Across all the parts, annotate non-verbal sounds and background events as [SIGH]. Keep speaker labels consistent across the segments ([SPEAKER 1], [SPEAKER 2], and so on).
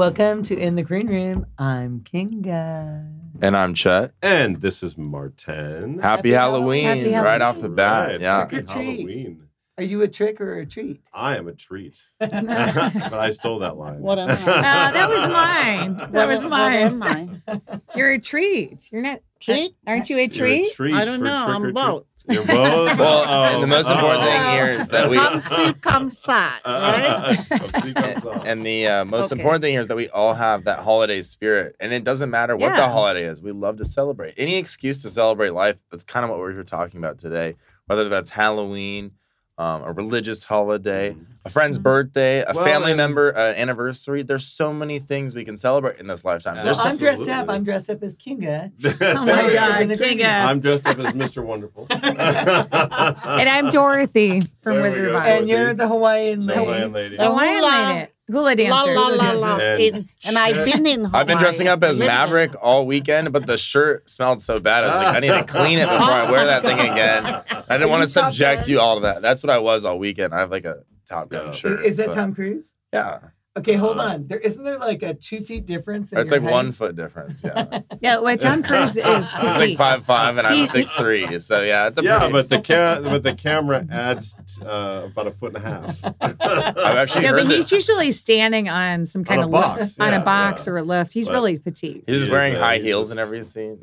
[SPEAKER 1] Welcome to In the Green Room. I'm Kinga.
[SPEAKER 2] And I'm Chet.
[SPEAKER 3] And this is Martin.
[SPEAKER 2] Happy,
[SPEAKER 1] Happy
[SPEAKER 2] Halloween,
[SPEAKER 1] Halloween.
[SPEAKER 2] right off the bat.
[SPEAKER 3] Right.
[SPEAKER 2] Yeah.
[SPEAKER 1] Trick or
[SPEAKER 3] Happy
[SPEAKER 1] treat.
[SPEAKER 3] Halloween.
[SPEAKER 1] Are you a trick or a treat?
[SPEAKER 3] I am a treat. [LAUGHS]
[SPEAKER 4] [LAUGHS]
[SPEAKER 3] but I stole that line.
[SPEAKER 5] What
[SPEAKER 3] [LAUGHS]
[SPEAKER 5] am I?
[SPEAKER 3] No,
[SPEAKER 5] Ah,
[SPEAKER 4] that was mine. That was
[SPEAKER 5] What
[SPEAKER 4] mine.
[SPEAKER 5] am I?
[SPEAKER 4] [LAUGHS] You're a treat. You're not
[SPEAKER 5] Treat?
[SPEAKER 4] Aren't you a
[SPEAKER 3] You're a
[SPEAKER 4] treat?
[SPEAKER 3] treat
[SPEAKER 5] I don't
[SPEAKER 3] for
[SPEAKER 5] know.
[SPEAKER 3] trick
[SPEAKER 5] I'm
[SPEAKER 3] or treat.
[SPEAKER 5] both.
[SPEAKER 3] You're both.
[SPEAKER 2] Well,
[SPEAKER 3] Uh-oh.
[SPEAKER 2] and the most important thing
[SPEAKER 3] Uh-oh.
[SPEAKER 2] here is that we-
[SPEAKER 5] Come see, come sat, right?
[SPEAKER 3] [LAUGHS] Uh, uh, uh,
[SPEAKER 2] [LAUGHS]
[SPEAKER 3] uh, see, comes up.
[SPEAKER 2] And the uh, most
[SPEAKER 4] Okay.
[SPEAKER 2] important thing here is that we all have that holiday spirit. And it doesn't matter what the
[SPEAKER 4] Yeah.
[SPEAKER 2] holiday is, we love to celebrate. Any excuse to celebrate life, that's kind of what we were talking about today, whether that's Halloween, um, a religious
[SPEAKER 3] [LAUGHS]
[SPEAKER 2] holiday, a friend's
[SPEAKER 4] Mhm.
[SPEAKER 2] birthday, a
[SPEAKER 3] Mm. Well,
[SPEAKER 2] family
[SPEAKER 3] and-
[SPEAKER 2] member uh, anniversary. There's so many things we can celebrate in this lifetime.
[SPEAKER 3] Well,
[SPEAKER 2] There's
[SPEAKER 1] well,
[SPEAKER 2] some-
[SPEAKER 1] I'm dressed
[SPEAKER 3] Absolutely.
[SPEAKER 1] up. I'm dressed up as Kinga.
[SPEAKER 4] Oh my
[SPEAKER 1] Trick in
[SPEAKER 4] God,
[SPEAKER 1] the Green
[SPEAKER 4] Kinga.
[SPEAKER 3] I'm dressed up as Mr. Wonderful. [LAUGHS]
[SPEAKER 4] And
[SPEAKER 3] and
[SPEAKER 4] I'm Dorothy
[SPEAKER 3] There
[SPEAKER 4] from
[SPEAKER 3] we
[SPEAKER 4] Wizard
[SPEAKER 3] go.
[SPEAKER 1] Room.
[SPEAKER 4] of
[SPEAKER 1] And
[SPEAKER 4] Oz. Oh,
[SPEAKER 3] you-
[SPEAKER 1] you're the Hawaiian
[SPEAKER 3] The
[SPEAKER 1] lady.
[SPEAKER 3] Hawaiian lady.
[SPEAKER 4] The Hawaiian
[SPEAKER 5] Hula-
[SPEAKER 4] lady. Hula
[SPEAKER 5] La
[SPEAKER 4] dancer.
[SPEAKER 5] la la la.
[SPEAKER 3] And
[SPEAKER 5] In- and I've been in. Hawaii.
[SPEAKER 2] I've been dressing up as
[SPEAKER 5] Living in-
[SPEAKER 2] Maverick all weekend, but the shirt smelled so bad. I was like, I need
[SPEAKER 3] [LAUGHS]
[SPEAKER 2] to clean it before I wear that thing again. I didn't
[SPEAKER 1] Are
[SPEAKER 2] want
[SPEAKER 1] you
[SPEAKER 2] to
[SPEAKER 1] Top
[SPEAKER 2] subject
[SPEAKER 1] Gun?
[SPEAKER 2] you all to that. That's what I was all weekend. I have like a Top Gun
[SPEAKER 3] Yeah.
[SPEAKER 2] shirt.
[SPEAKER 1] Is that
[SPEAKER 2] so-
[SPEAKER 1] Tom Cruise?
[SPEAKER 2] Yeah.
[SPEAKER 1] Okay, hold
[SPEAKER 3] Uh,
[SPEAKER 1] on. There isn't there like a two feet difference? In
[SPEAKER 2] It's
[SPEAKER 1] your
[SPEAKER 2] like
[SPEAKER 1] height?
[SPEAKER 2] one foot difference. Yeah.
[SPEAKER 1] [LAUGHS]
[SPEAKER 4] Yeah, well, Tom Cruise is
[SPEAKER 3] It's
[SPEAKER 2] It's like
[SPEAKER 4] petite.
[SPEAKER 2] five five and I'm
[SPEAKER 4] He's-
[SPEAKER 2] six three. So yeah, it's a
[SPEAKER 3] yeah,
[SPEAKER 2] pretty-
[SPEAKER 3] but the ca- but the camera adds uh, about a foot and a
[SPEAKER 4] [LAUGHS]
[SPEAKER 3] half. uh,
[SPEAKER 2] I've
[SPEAKER 3] [LAUGHS]
[SPEAKER 2] actually
[SPEAKER 4] no,
[SPEAKER 2] heard
[SPEAKER 4] but
[SPEAKER 2] that
[SPEAKER 4] he's usually standing on some kind
[SPEAKER 3] a
[SPEAKER 4] of lift-
[SPEAKER 3] box,
[SPEAKER 4] on
[SPEAKER 3] yeah,
[SPEAKER 4] a box
[SPEAKER 3] yeah.
[SPEAKER 4] or a lift. He's
[SPEAKER 3] But-
[SPEAKER 4] really petite.
[SPEAKER 2] he's
[SPEAKER 3] He
[SPEAKER 2] just
[SPEAKER 3] is,
[SPEAKER 2] wearing
[SPEAKER 3] uh,
[SPEAKER 2] high
[SPEAKER 3] he's
[SPEAKER 2] heels
[SPEAKER 3] just-
[SPEAKER 2] in every scene.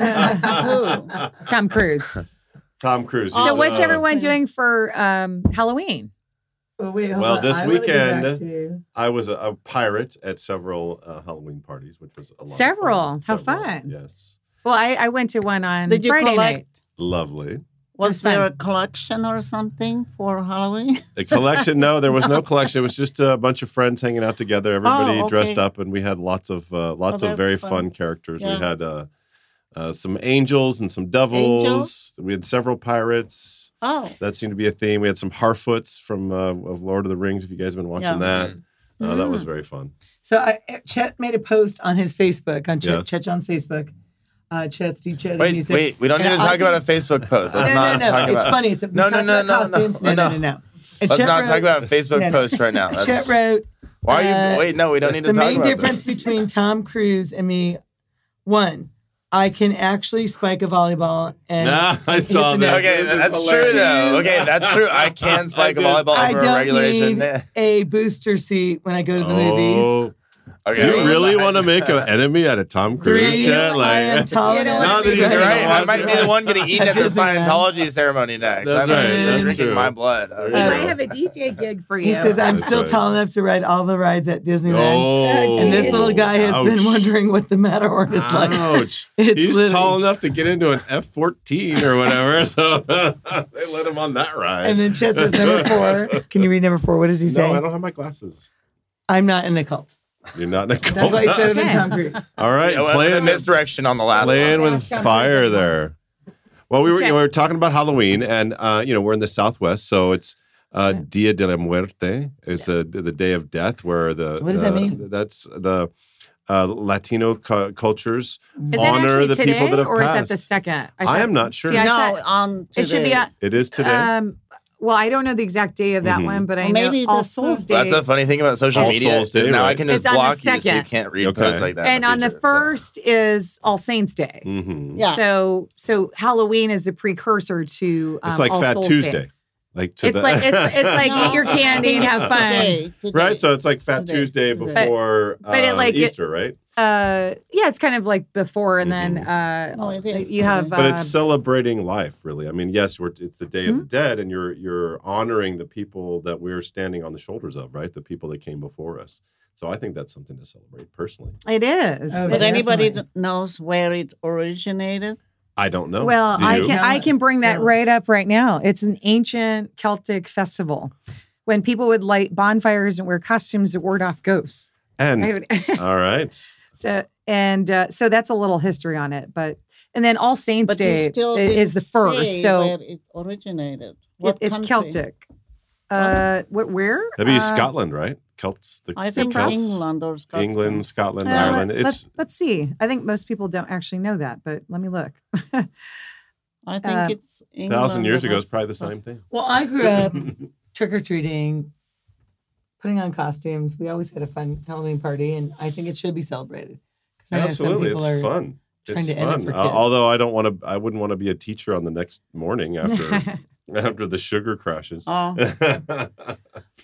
[SPEAKER 4] [LAUGHS]
[SPEAKER 3] yeah. [LAUGHS]
[SPEAKER 4] Tom Cruise.
[SPEAKER 3] Tom Cruise.
[SPEAKER 4] So
[SPEAKER 5] Oh,
[SPEAKER 3] is,
[SPEAKER 4] what's
[SPEAKER 3] uh,
[SPEAKER 4] everyone
[SPEAKER 5] okay.
[SPEAKER 4] doing for um, Halloween?
[SPEAKER 1] Well, wait, hold
[SPEAKER 3] Well,
[SPEAKER 1] on.
[SPEAKER 3] this
[SPEAKER 1] I wanna go back
[SPEAKER 3] weekend-
[SPEAKER 1] to-
[SPEAKER 3] I was a, a pirate at several uh, Halloween parties, which was a lot.
[SPEAKER 4] Several?
[SPEAKER 3] Of fun.
[SPEAKER 4] How fun.
[SPEAKER 3] Yes,
[SPEAKER 4] Well, I, I went to one on
[SPEAKER 5] Did you
[SPEAKER 4] Friday
[SPEAKER 5] collect?
[SPEAKER 4] night.
[SPEAKER 3] lovely.
[SPEAKER 5] Was
[SPEAKER 4] It's fun.
[SPEAKER 5] there a collection or something for Halloween?
[SPEAKER 4] [LAUGHS]
[SPEAKER 3] The collection? No, there was no collection. It was just a bunch of friends hanging out together. Everybody
[SPEAKER 5] Oh,
[SPEAKER 3] dressed
[SPEAKER 5] okay.
[SPEAKER 3] up, and we had lots of uh, lots
[SPEAKER 5] Oh,
[SPEAKER 3] of very
[SPEAKER 5] that's
[SPEAKER 3] fun,
[SPEAKER 5] fun.
[SPEAKER 3] characters.
[SPEAKER 5] Yeah.
[SPEAKER 3] We had uh, uh, some angels and some devils.
[SPEAKER 5] Angels?
[SPEAKER 3] We had several pirates.
[SPEAKER 5] Oh,
[SPEAKER 3] That seemed to be a theme. We had some Harfoots from uh, of Lord of the Rings. If you guys have been watching
[SPEAKER 5] Yeah.
[SPEAKER 3] that, uh, that was
[SPEAKER 1] Mm-hmm.
[SPEAKER 4] Mm.
[SPEAKER 3] very fun.
[SPEAKER 1] So I, Chet made a post on his Facebook, on Chet,
[SPEAKER 3] Yes.
[SPEAKER 1] Chet John's Facebook. Uh, Chet, Steve Chet. and he
[SPEAKER 2] Wait,
[SPEAKER 1] said-
[SPEAKER 2] wait, we don't need
[SPEAKER 1] And
[SPEAKER 2] to
[SPEAKER 1] I
[SPEAKER 2] talk
[SPEAKER 1] can-
[SPEAKER 2] about a Facebook post. Let's
[SPEAKER 1] no,
[SPEAKER 2] not
[SPEAKER 1] no, no.
[SPEAKER 2] talk
[SPEAKER 1] It's
[SPEAKER 2] about
[SPEAKER 1] funny. It's a, we
[SPEAKER 2] No, no,
[SPEAKER 1] talked
[SPEAKER 2] no,
[SPEAKER 1] about
[SPEAKER 2] no, no,
[SPEAKER 1] costumes. No,
[SPEAKER 2] no,
[SPEAKER 1] no, no, no. And
[SPEAKER 2] Let's
[SPEAKER 1] Chet
[SPEAKER 2] not
[SPEAKER 1] wrote-
[SPEAKER 2] talk about a Facebook
[SPEAKER 1] No, no.
[SPEAKER 2] post right now.
[SPEAKER 1] Chet
[SPEAKER 2] That's,
[SPEAKER 1] wrote
[SPEAKER 2] why are you?
[SPEAKER 1] uh,
[SPEAKER 2] Wait, no, we don't need to
[SPEAKER 1] the
[SPEAKER 2] talk
[SPEAKER 1] main
[SPEAKER 2] about
[SPEAKER 1] difference
[SPEAKER 2] this.
[SPEAKER 1] between Tom Cruise and me. One, I can actually spike a volleyball, and
[SPEAKER 3] Nah,
[SPEAKER 2] Ah,
[SPEAKER 3] I
[SPEAKER 1] hit
[SPEAKER 3] saw
[SPEAKER 1] the
[SPEAKER 3] that.
[SPEAKER 1] net.
[SPEAKER 2] [LAUGHS] Okay,
[SPEAKER 3] This is
[SPEAKER 2] that's
[SPEAKER 3] hilarious.
[SPEAKER 2] true though. Okay, that's true. I
[SPEAKER 3] I
[SPEAKER 2] can spike a
[SPEAKER 3] did-
[SPEAKER 2] volleyball
[SPEAKER 1] I
[SPEAKER 2] over
[SPEAKER 1] don't
[SPEAKER 2] a regulation. Oh,
[SPEAKER 1] need- A booster seat when I go to the movies.
[SPEAKER 2] [LAUGHS] Okay,
[SPEAKER 3] Oh, Do
[SPEAKER 2] well,
[SPEAKER 3] you really
[SPEAKER 2] I-
[SPEAKER 3] want to make an enemy out of Tom Cruise,
[SPEAKER 1] Three,
[SPEAKER 3] Chet?
[SPEAKER 1] I am
[SPEAKER 3] Like,
[SPEAKER 1] taller
[SPEAKER 4] You
[SPEAKER 1] than
[SPEAKER 4] know
[SPEAKER 2] Now
[SPEAKER 4] what?
[SPEAKER 2] that
[SPEAKER 1] you.
[SPEAKER 2] he's
[SPEAKER 3] Right.
[SPEAKER 2] right, I
[SPEAKER 3] Right.
[SPEAKER 2] might be the one getting [LAUGHS] eaten at the
[SPEAKER 1] That's right.
[SPEAKER 2] Scientology ceremony next.
[SPEAKER 3] That's
[SPEAKER 2] I'm not
[SPEAKER 1] right, that's
[SPEAKER 2] drinking
[SPEAKER 3] true.
[SPEAKER 2] my blood.
[SPEAKER 3] There you
[SPEAKER 4] He
[SPEAKER 3] Yeah.
[SPEAKER 4] might have a DJ gig for you.
[SPEAKER 1] He says, "I'm
[SPEAKER 3] That's
[SPEAKER 1] still
[SPEAKER 3] right.
[SPEAKER 1] tall enough to ride all the rides at Disneyland."
[SPEAKER 3] [LAUGHS] oh,
[SPEAKER 1] And this little guy has been
[SPEAKER 3] Ouch.
[SPEAKER 1] wondering what the Matterhorn is like.
[SPEAKER 3] Ouch.
[SPEAKER 1] [LAUGHS] It's
[SPEAKER 3] He's
[SPEAKER 1] living.
[SPEAKER 3] tall enough to get into an F 14 or whatever. [LAUGHS] So they let him on that ride.
[SPEAKER 1] And then Chet says number
[SPEAKER 2] [LAUGHS]
[SPEAKER 1] four. Can you read number four? What does he
[SPEAKER 3] no, I
[SPEAKER 1] say?
[SPEAKER 3] don't have my glasses.
[SPEAKER 1] I'm not in a cult.
[SPEAKER 3] You're not in a [LAUGHS] cult.
[SPEAKER 1] That's why [LAUGHS] he's better than
[SPEAKER 4] Okay.
[SPEAKER 1] Tom Cruise.
[SPEAKER 3] All right.
[SPEAKER 2] Oh,
[SPEAKER 3] playing
[SPEAKER 2] the misdirection on the last
[SPEAKER 3] playing
[SPEAKER 2] one.
[SPEAKER 3] with
[SPEAKER 4] Last one.
[SPEAKER 3] fire there. Well, we were
[SPEAKER 4] Okay.
[SPEAKER 3] you know, we were talking about Halloween, and uh, you know we're in the Southwest, so it's uh,
[SPEAKER 1] Yeah.
[SPEAKER 3] Dia de la Muerte. It's uh, the day of death, where the
[SPEAKER 1] What does that
[SPEAKER 3] the-
[SPEAKER 1] mean?
[SPEAKER 3] That's the uh, Latino cu- cultures.
[SPEAKER 4] Is that
[SPEAKER 3] honor
[SPEAKER 4] actually
[SPEAKER 3] the
[SPEAKER 4] today,
[SPEAKER 3] people that have
[SPEAKER 4] or is
[SPEAKER 3] passed.
[SPEAKER 4] that the second?
[SPEAKER 3] I,
[SPEAKER 4] thought-
[SPEAKER 3] am not sure.
[SPEAKER 4] See, I
[SPEAKER 5] no,
[SPEAKER 4] thought-
[SPEAKER 5] on today.
[SPEAKER 4] It should be. a-
[SPEAKER 3] it is today.
[SPEAKER 4] Um, well, I don't know the exact day of that
[SPEAKER 3] Mhm.
[SPEAKER 4] one, but I
[SPEAKER 5] Well, maybe
[SPEAKER 4] know All
[SPEAKER 5] that's-
[SPEAKER 4] Souls Day.
[SPEAKER 2] That's a funny thing about social
[SPEAKER 3] All
[SPEAKER 2] media
[SPEAKER 3] Souls Day,
[SPEAKER 2] is now I
[SPEAKER 3] right?
[SPEAKER 2] can just
[SPEAKER 4] It's on the
[SPEAKER 2] block you, so you
[SPEAKER 4] second.
[SPEAKER 2] can't read
[SPEAKER 3] Okay.
[SPEAKER 2] posts like that. in
[SPEAKER 4] and on the
[SPEAKER 2] future, so-
[SPEAKER 4] first is All Saints Day.
[SPEAKER 3] Mhm.
[SPEAKER 5] Yeah.
[SPEAKER 4] So, so Halloween is the precursor to. Um,
[SPEAKER 3] It's like
[SPEAKER 4] All
[SPEAKER 3] Fat
[SPEAKER 4] Souls
[SPEAKER 3] Tuesday.
[SPEAKER 4] Day.
[SPEAKER 3] Like to
[SPEAKER 4] It's
[SPEAKER 3] the-
[SPEAKER 4] like it's,
[SPEAKER 3] [LAUGHS]
[SPEAKER 4] it's like eat your candy and
[SPEAKER 5] I
[SPEAKER 4] have
[SPEAKER 5] think
[SPEAKER 4] fun.
[SPEAKER 5] it's today, today.
[SPEAKER 3] right. So it's like Fat
[SPEAKER 5] Today.
[SPEAKER 3] Tuesday
[SPEAKER 5] Today.
[SPEAKER 3] before
[SPEAKER 4] but it,
[SPEAKER 3] uh,
[SPEAKER 4] like, it-
[SPEAKER 3] Easter, right?
[SPEAKER 4] Uh, yeah, it's kind of like before, and then uh,
[SPEAKER 5] No, it is.
[SPEAKER 4] you have.
[SPEAKER 3] Mm-hmm. But it's
[SPEAKER 4] uh,
[SPEAKER 3] celebrating life, really. I mean, yes, we're, it's the Day of the Dead, and you're you're honoring the people that we're standing on the shoulders of, right? The people that came before us. So I think that's something to celebrate personally.
[SPEAKER 4] uh, it is.
[SPEAKER 1] Oh,
[SPEAKER 4] It
[SPEAKER 5] But
[SPEAKER 1] definitely.
[SPEAKER 5] anybody that knows where it originated?
[SPEAKER 3] I don't know.
[SPEAKER 4] Well,
[SPEAKER 3] Oh, Do
[SPEAKER 4] I
[SPEAKER 3] you?
[SPEAKER 4] can I
[SPEAKER 1] Yes,
[SPEAKER 4] can bring that
[SPEAKER 1] yes.
[SPEAKER 4] right up right now. It's an ancient Celtic festival when people would light bonfires and wear costumes to ward off ghosts. I
[SPEAKER 3] And
[SPEAKER 4] would- [LAUGHS]
[SPEAKER 3] all right,
[SPEAKER 4] so and uh, so that's a little history on it, but and then All Saints
[SPEAKER 5] But you
[SPEAKER 4] Day
[SPEAKER 5] still
[SPEAKER 4] i- is the
[SPEAKER 5] didn't
[SPEAKER 4] first,
[SPEAKER 5] say
[SPEAKER 4] so
[SPEAKER 5] where it originated.
[SPEAKER 4] it,
[SPEAKER 5] What
[SPEAKER 4] it's
[SPEAKER 5] country?
[SPEAKER 4] Celtic. Uh, what where?
[SPEAKER 3] that'd be
[SPEAKER 4] Uh,
[SPEAKER 3] Scotland, right? Celts, the,
[SPEAKER 5] I
[SPEAKER 3] the
[SPEAKER 5] think
[SPEAKER 3] Celts,
[SPEAKER 5] England or Scotland.
[SPEAKER 3] England, Scotland,
[SPEAKER 4] uh,
[SPEAKER 3] Ireland.
[SPEAKER 4] Let,
[SPEAKER 3] It's
[SPEAKER 4] us let's see. I think most people don't actually know that, but let me look.
[SPEAKER 5] I think
[SPEAKER 4] Uh,
[SPEAKER 5] it's England.
[SPEAKER 3] thousand years [LAUGHS]
[SPEAKER 5] or-
[SPEAKER 3] ago. It's probably the same thing.
[SPEAKER 1] Well, I grew up trick or treating putting on costumes. We always had a fun Halloween party, and I think it should be celebrated. 'Cause I know some
[SPEAKER 3] Absolutely,
[SPEAKER 1] people
[SPEAKER 3] it's
[SPEAKER 1] are-
[SPEAKER 3] fun.
[SPEAKER 1] trying
[SPEAKER 3] It's
[SPEAKER 1] to end it
[SPEAKER 3] fun.
[SPEAKER 1] for
[SPEAKER 3] Uh,
[SPEAKER 1] kids.
[SPEAKER 3] although I don't want to, I wouldn't want to be a teacher on the next morning
[SPEAKER 4] [LAUGHS]
[SPEAKER 3] after after the sugar crashes. [LAUGHS]
[SPEAKER 5] Oh,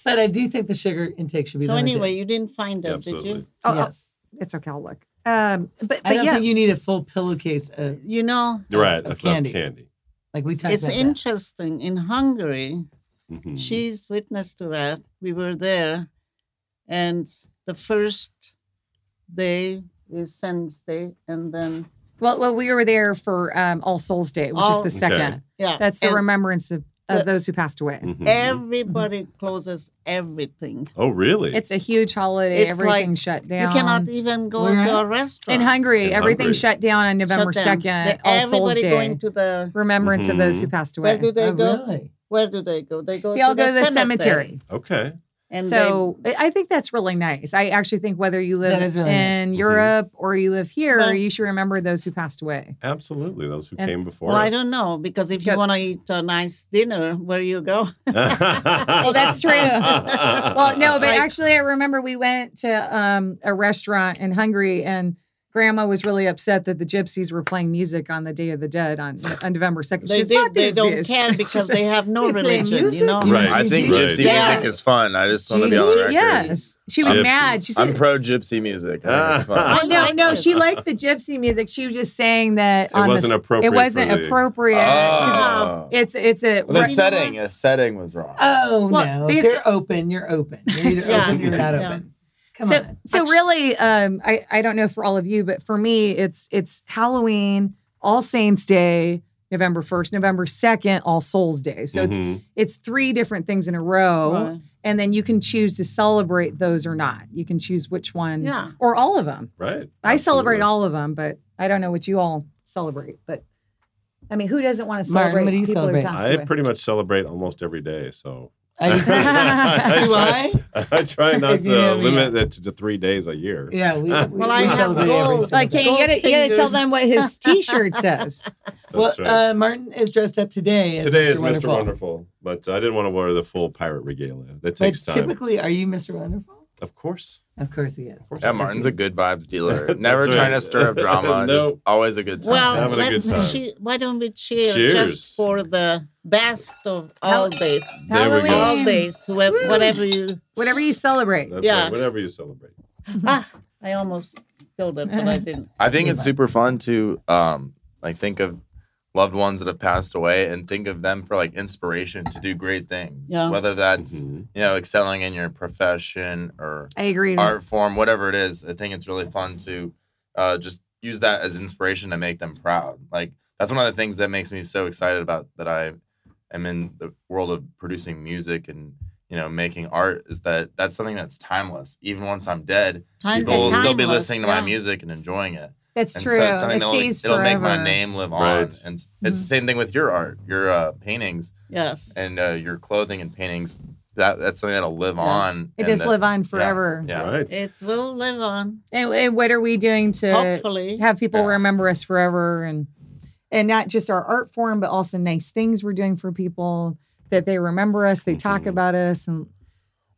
[SPEAKER 1] But I do think the sugar intake should be.
[SPEAKER 5] so
[SPEAKER 1] limited.
[SPEAKER 5] anyway, you didn't find
[SPEAKER 3] Yeah,
[SPEAKER 5] that, did
[SPEAKER 3] absolutely.
[SPEAKER 5] you?
[SPEAKER 4] Oh, oh,
[SPEAKER 1] yes.
[SPEAKER 4] it's okay. I'll look. Um, but
[SPEAKER 1] I
[SPEAKER 4] but
[SPEAKER 1] don't
[SPEAKER 4] yeah,
[SPEAKER 1] think you need a full pillowcase of
[SPEAKER 5] You know,
[SPEAKER 3] You're right.
[SPEAKER 1] Of
[SPEAKER 3] Of candy.
[SPEAKER 1] candy.
[SPEAKER 3] candy.
[SPEAKER 1] like we talked
[SPEAKER 5] it's
[SPEAKER 1] about. that.
[SPEAKER 5] interesting. In Hungary,
[SPEAKER 3] Mhm.
[SPEAKER 5] she's witness to that. We were there, and the first day is Sunday, and then
[SPEAKER 4] well, well, we were there for um, All Souls Day, which
[SPEAKER 5] All-
[SPEAKER 4] is the
[SPEAKER 5] Okay.
[SPEAKER 4] second.
[SPEAKER 5] yeah,
[SPEAKER 4] That's the
[SPEAKER 5] and
[SPEAKER 4] remembrance of,
[SPEAKER 5] The-
[SPEAKER 4] of those who passed away.
[SPEAKER 3] Mhm.
[SPEAKER 5] Everybody
[SPEAKER 4] Mm-hmm.
[SPEAKER 5] closes everything.
[SPEAKER 3] Oh, really?
[SPEAKER 4] It's a huge holiday.
[SPEAKER 5] It's
[SPEAKER 4] everything
[SPEAKER 5] like
[SPEAKER 4] shut down.
[SPEAKER 5] You cannot even go
[SPEAKER 1] Where
[SPEAKER 5] to
[SPEAKER 1] at?
[SPEAKER 5] a restaurant.
[SPEAKER 4] in Hungary,
[SPEAKER 3] In
[SPEAKER 4] everything
[SPEAKER 3] Hungary.
[SPEAKER 4] shut down on November
[SPEAKER 5] Shut down.
[SPEAKER 4] second,
[SPEAKER 5] The-
[SPEAKER 4] All Souls
[SPEAKER 5] everybody
[SPEAKER 4] Day.
[SPEAKER 5] going to the
[SPEAKER 4] remembrance of those
[SPEAKER 3] Mm-hmm.
[SPEAKER 4] who passed
[SPEAKER 5] where
[SPEAKER 4] away.
[SPEAKER 5] do they
[SPEAKER 1] Oh,
[SPEAKER 5] go?
[SPEAKER 1] really?
[SPEAKER 5] Where do they go? They go.
[SPEAKER 4] They all
[SPEAKER 5] to
[SPEAKER 4] go to the
[SPEAKER 5] cemetery.
[SPEAKER 4] cemetery.
[SPEAKER 3] okay.
[SPEAKER 5] And
[SPEAKER 4] so I I think that's really nice. I actually think whether you
[SPEAKER 1] That
[SPEAKER 4] live
[SPEAKER 1] is really
[SPEAKER 4] in
[SPEAKER 3] nice.
[SPEAKER 4] Europe or you live here,
[SPEAKER 5] Well-
[SPEAKER 4] you should remember those who passed away.
[SPEAKER 3] Absolutely. Those who
[SPEAKER 4] And-
[SPEAKER 3] came before.
[SPEAKER 5] well, I
[SPEAKER 3] us. [LAUGHS]
[SPEAKER 5] don't know because if
[SPEAKER 4] Good.
[SPEAKER 5] you want to eat a nice dinner, where you go?
[SPEAKER 3] well,
[SPEAKER 4] that's true.
[SPEAKER 3] [LAUGHS]
[SPEAKER 4] Well, no, but
[SPEAKER 5] Like-
[SPEAKER 4] actually, I remember we went to um, a restaurant in Hungary, and Grandma was really upset that the gypsies were playing music on the Day of the Dead on, on November second.
[SPEAKER 5] They,
[SPEAKER 4] [LAUGHS] She's
[SPEAKER 5] did,
[SPEAKER 4] not
[SPEAKER 5] they
[SPEAKER 4] these
[SPEAKER 5] don't
[SPEAKER 4] days.
[SPEAKER 5] care
[SPEAKER 4] She
[SPEAKER 5] because
[SPEAKER 4] said,
[SPEAKER 5] they have no
[SPEAKER 4] [LAUGHS] "They play
[SPEAKER 5] religion,
[SPEAKER 4] music?"
[SPEAKER 5] you know.
[SPEAKER 2] Right. I
[SPEAKER 1] Gypsy
[SPEAKER 2] think
[SPEAKER 3] Right.
[SPEAKER 2] gypsy
[SPEAKER 5] Yeah.
[SPEAKER 2] music is fun. I just want to be on
[SPEAKER 1] Gypsy,
[SPEAKER 2] record.
[SPEAKER 4] Yes, she was
[SPEAKER 3] Gypsies.
[SPEAKER 4] mad. She said,
[SPEAKER 2] I'm pro gypsy music. I [LAUGHS] think it's fun.
[SPEAKER 5] I
[SPEAKER 4] Oh, no,
[SPEAKER 5] like
[SPEAKER 4] no,
[SPEAKER 5] it.
[SPEAKER 4] she liked the gypsy music. She was just saying that
[SPEAKER 3] It
[SPEAKER 4] on the
[SPEAKER 3] wasn't
[SPEAKER 4] s-
[SPEAKER 3] appropriate
[SPEAKER 4] It wasn't
[SPEAKER 3] for the-
[SPEAKER 4] appropriate. 'cause
[SPEAKER 2] Oh.
[SPEAKER 4] It's it's a
[SPEAKER 2] Well, the
[SPEAKER 4] right-
[SPEAKER 2] setting, the setting was wrong.
[SPEAKER 1] Oh
[SPEAKER 4] Well,
[SPEAKER 1] no!
[SPEAKER 4] be-
[SPEAKER 1] If you're open, you're open. You're either
[SPEAKER 5] [LAUGHS] Yeah.
[SPEAKER 1] open or you're not
[SPEAKER 5] Yeah.
[SPEAKER 1] open. Come
[SPEAKER 4] so
[SPEAKER 1] on.
[SPEAKER 4] so really, um, I I don't know for all of you, but for me, it's it's Halloween, All Saints Day, November first, November second, All Souls Day. So it's
[SPEAKER 3] Mhm.
[SPEAKER 4] it's three different things in a row,
[SPEAKER 5] Right.
[SPEAKER 4] and then you can choose to celebrate those or not. You can choose which one
[SPEAKER 5] Yeah.
[SPEAKER 4] or all of them.
[SPEAKER 3] right.
[SPEAKER 4] I celebrate
[SPEAKER 3] Absolutely.
[SPEAKER 4] all of them, but I don't know what you all celebrate. But I mean, who doesn't want to
[SPEAKER 1] Martin,
[SPEAKER 4] celebrate?
[SPEAKER 1] what do you
[SPEAKER 4] people who
[SPEAKER 1] celebrate?
[SPEAKER 4] passed
[SPEAKER 3] I
[SPEAKER 4] away?
[SPEAKER 3] pretty much celebrate almost every day. So [LAUGHS]
[SPEAKER 5] [LAUGHS]
[SPEAKER 1] I do too.
[SPEAKER 3] I
[SPEAKER 1] do
[SPEAKER 3] try-
[SPEAKER 1] I?
[SPEAKER 3] I try not
[SPEAKER 1] If you know
[SPEAKER 3] to
[SPEAKER 1] me,
[SPEAKER 3] limit it to three days a year.
[SPEAKER 1] Yeah, we, we,
[SPEAKER 5] Well, I
[SPEAKER 1] we
[SPEAKER 5] have
[SPEAKER 1] celebrate every
[SPEAKER 5] goals.
[SPEAKER 1] single
[SPEAKER 4] like,
[SPEAKER 1] day.
[SPEAKER 4] yeah, you gotta, you gotta
[SPEAKER 3] [LAUGHS]
[SPEAKER 4] tell
[SPEAKER 5] Goldfingers.
[SPEAKER 4] them what his T-shirt says.
[SPEAKER 1] Well,
[SPEAKER 3] That's right.
[SPEAKER 1] uh, Martin is dressed up today as
[SPEAKER 3] Today
[SPEAKER 1] Mr.
[SPEAKER 3] is
[SPEAKER 1] Wonderful.
[SPEAKER 3] Mr. Wonderful, but I didn't want to wear the full pirate regalia. That
[SPEAKER 1] But
[SPEAKER 3] takes time.
[SPEAKER 1] typically, are you Mr. Wonderful?
[SPEAKER 3] of course.
[SPEAKER 1] Of course he is.
[SPEAKER 3] Of course.
[SPEAKER 2] Yeah, Martin's a good vibes [LAUGHS] dealer. Never
[SPEAKER 3] That's
[SPEAKER 2] trying
[SPEAKER 3] right.
[SPEAKER 2] to stir up drama. [LAUGHS] Just
[SPEAKER 3] Nope.
[SPEAKER 2] always a good time.
[SPEAKER 5] Well,
[SPEAKER 3] Having a good
[SPEAKER 5] let's
[SPEAKER 3] time.
[SPEAKER 5] che- why don't we cheer
[SPEAKER 3] Cheers.
[SPEAKER 5] just for the best of
[SPEAKER 4] Hall-
[SPEAKER 5] all days,
[SPEAKER 3] There we go.
[SPEAKER 5] all days, whoever,
[SPEAKER 4] Woo.
[SPEAKER 5] whatever you.
[SPEAKER 4] Whatever you celebrate.
[SPEAKER 3] That's
[SPEAKER 5] Yeah.
[SPEAKER 3] right, Whatever you celebrate.
[SPEAKER 5] Ah, I almost killed it,
[SPEAKER 4] [LAUGHS]
[SPEAKER 5] but I didn't.
[SPEAKER 2] I think
[SPEAKER 1] Yeah.
[SPEAKER 2] it's super fun to um like think of loved ones that have passed away and think of them for like inspiration to do great things.
[SPEAKER 5] Yeah.
[SPEAKER 2] Whether that's
[SPEAKER 3] Mhm.
[SPEAKER 2] you know excelling in your profession or
[SPEAKER 4] I agree.
[SPEAKER 2] art form, whatever it is. I think it's really fun to uh, just use that as inspiration to make them proud. Like that's one of the things that makes me so excited about that I am in the world of producing music and you know making art is that that's something that's timeless. Even once I'm dead,
[SPEAKER 5] Time
[SPEAKER 2] people will still be
[SPEAKER 5] timeless,
[SPEAKER 2] listening to my
[SPEAKER 5] yeah.
[SPEAKER 2] music and enjoying it.
[SPEAKER 4] That's
[SPEAKER 2] And
[SPEAKER 4] true.
[SPEAKER 2] so it's something
[SPEAKER 4] it
[SPEAKER 2] that'll,
[SPEAKER 4] stays
[SPEAKER 2] it'll
[SPEAKER 4] forever. Mm-hmm.
[SPEAKER 2] make my name live on.
[SPEAKER 3] Right.
[SPEAKER 2] And it's it's the same thing with your art, your uh, paintings
[SPEAKER 5] Yes.
[SPEAKER 2] and uh, your clothing and paintings. That that's something that'll live
[SPEAKER 5] Yeah.
[SPEAKER 2] on.
[SPEAKER 4] It
[SPEAKER 2] and
[SPEAKER 4] does
[SPEAKER 2] that-
[SPEAKER 4] live on forever.
[SPEAKER 2] Yeah.
[SPEAKER 3] Right.
[SPEAKER 5] It will live on,
[SPEAKER 4] And, and what are we doing to
[SPEAKER 5] hopefully.
[SPEAKER 4] have people
[SPEAKER 2] Yeah.
[SPEAKER 4] remember us forever and and not just our art form, but also nice things we're doing for people that they remember us, they talk
[SPEAKER 3] Mhm.
[SPEAKER 4] about us, and you
[SPEAKER 2] Mm-hmm.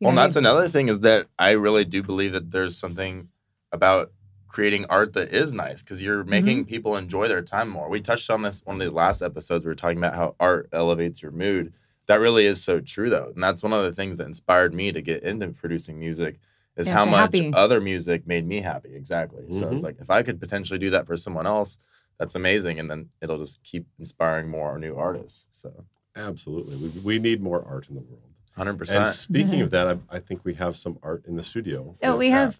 [SPEAKER 2] Well, and
[SPEAKER 4] know,
[SPEAKER 2] that's another thing is that I really do believe that there's something about creating art that is nice because you're
[SPEAKER 4] Mm-hmm.
[SPEAKER 2] making people enjoy their time more. We touched on this one of the last episodes. We were talking about how art elevates your mood. That really is so true, though, and that's one of the things that inspired me to get into producing music is
[SPEAKER 4] Yeah,
[SPEAKER 2] how
[SPEAKER 4] so
[SPEAKER 2] much
[SPEAKER 4] happy.
[SPEAKER 2] other music made me happy. Exactly. So I was
[SPEAKER 3] Mhm.
[SPEAKER 2] like, if I could potentially do that for someone else, that's amazing, and then it'll just keep inspiring more new artists. So,
[SPEAKER 3] Absolutely. We, we need more art in the world.
[SPEAKER 2] hundred percent.
[SPEAKER 3] And speaking of that, I, I think we have some art in the studio.
[SPEAKER 4] Oh, we
[SPEAKER 3] [LAUGHS]
[SPEAKER 2] Yeah.
[SPEAKER 4] have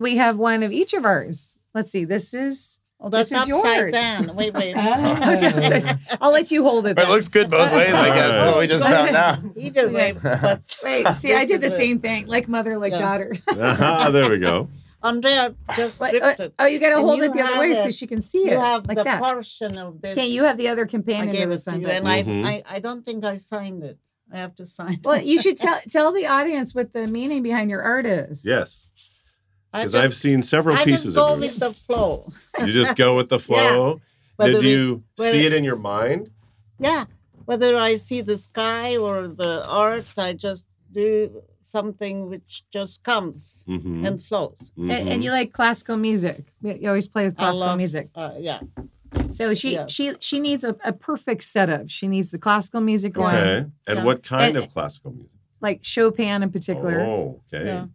[SPEAKER 4] we have one of each of ours. Let's see. This is
[SPEAKER 5] oh, that's
[SPEAKER 4] This is
[SPEAKER 5] upside
[SPEAKER 4] yours. [LAUGHS]
[SPEAKER 5] down. Wait, wait.
[SPEAKER 1] Ah.
[SPEAKER 4] I'll let you hold it.
[SPEAKER 2] But it
[SPEAKER 4] then.
[SPEAKER 2] looks good both ways, I guess. So we just found out.
[SPEAKER 5] Either
[SPEAKER 4] [LAUGHS]
[SPEAKER 5] way, but
[SPEAKER 4] Wait, see, I
[SPEAKER 5] This
[SPEAKER 4] did the
[SPEAKER 5] is it.
[SPEAKER 4] same thing, like mother, like
[SPEAKER 5] Yeah.
[SPEAKER 4] daughter. [LAUGHS]
[SPEAKER 3] Ah, [LAUGHS] there we go.
[SPEAKER 5] Andrea just
[SPEAKER 4] But,
[SPEAKER 5] ripped
[SPEAKER 4] uh,
[SPEAKER 5] it.
[SPEAKER 4] oh, you got to
[SPEAKER 5] And
[SPEAKER 4] hold
[SPEAKER 5] you
[SPEAKER 4] it the other
[SPEAKER 5] have
[SPEAKER 4] way so
[SPEAKER 5] it.
[SPEAKER 4] she can see
[SPEAKER 5] You
[SPEAKER 4] it,
[SPEAKER 5] have
[SPEAKER 4] like
[SPEAKER 5] the
[SPEAKER 4] that.
[SPEAKER 5] portion of this.
[SPEAKER 4] Can you have the other
[SPEAKER 5] I
[SPEAKER 4] companion
[SPEAKER 5] gave
[SPEAKER 4] of
[SPEAKER 5] it
[SPEAKER 4] this
[SPEAKER 5] to
[SPEAKER 4] one?
[SPEAKER 5] you,
[SPEAKER 4] but-
[SPEAKER 5] and
[SPEAKER 3] Mhm.
[SPEAKER 5] I, I, I don't think I signed it. I have to sign.
[SPEAKER 4] well,
[SPEAKER 5] it.
[SPEAKER 4] you should tell tell the audience what the meaning behind your art is.
[SPEAKER 3] Yes.
[SPEAKER 5] I
[SPEAKER 3] Because I've
[SPEAKER 5] just-
[SPEAKER 3] seen several
[SPEAKER 5] I
[SPEAKER 3] pieces
[SPEAKER 5] just go
[SPEAKER 3] of yours.
[SPEAKER 5] with the flow.
[SPEAKER 3] You just go with the flow.
[SPEAKER 5] Whether
[SPEAKER 3] Did
[SPEAKER 5] we-
[SPEAKER 3] you
[SPEAKER 5] whether-
[SPEAKER 3] see it in your mind?
[SPEAKER 5] Yeah, whether I see the sky or the art, I just do something which just comes
[SPEAKER 3] Mhm,
[SPEAKER 5] and flows.
[SPEAKER 4] A- And,
[SPEAKER 3] mhm.
[SPEAKER 4] you like classical music. You you always play with
[SPEAKER 5] I
[SPEAKER 4] classical
[SPEAKER 5] love-
[SPEAKER 4] music.
[SPEAKER 5] Uh, yeah.
[SPEAKER 4] So she
[SPEAKER 5] Yes.
[SPEAKER 4] she she needs a, a perfect setup. She needs the classical music going,
[SPEAKER 3] okay. And
[SPEAKER 5] Yeah.
[SPEAKER 3] what kind
[SPEAKER 4] And-
[SPEAKER 3] of classical music?
[SPEAKER 4] like Chopin in particular.
[SPEAKER 3] Oh, okay.
[SPEAKER 5] Yeah.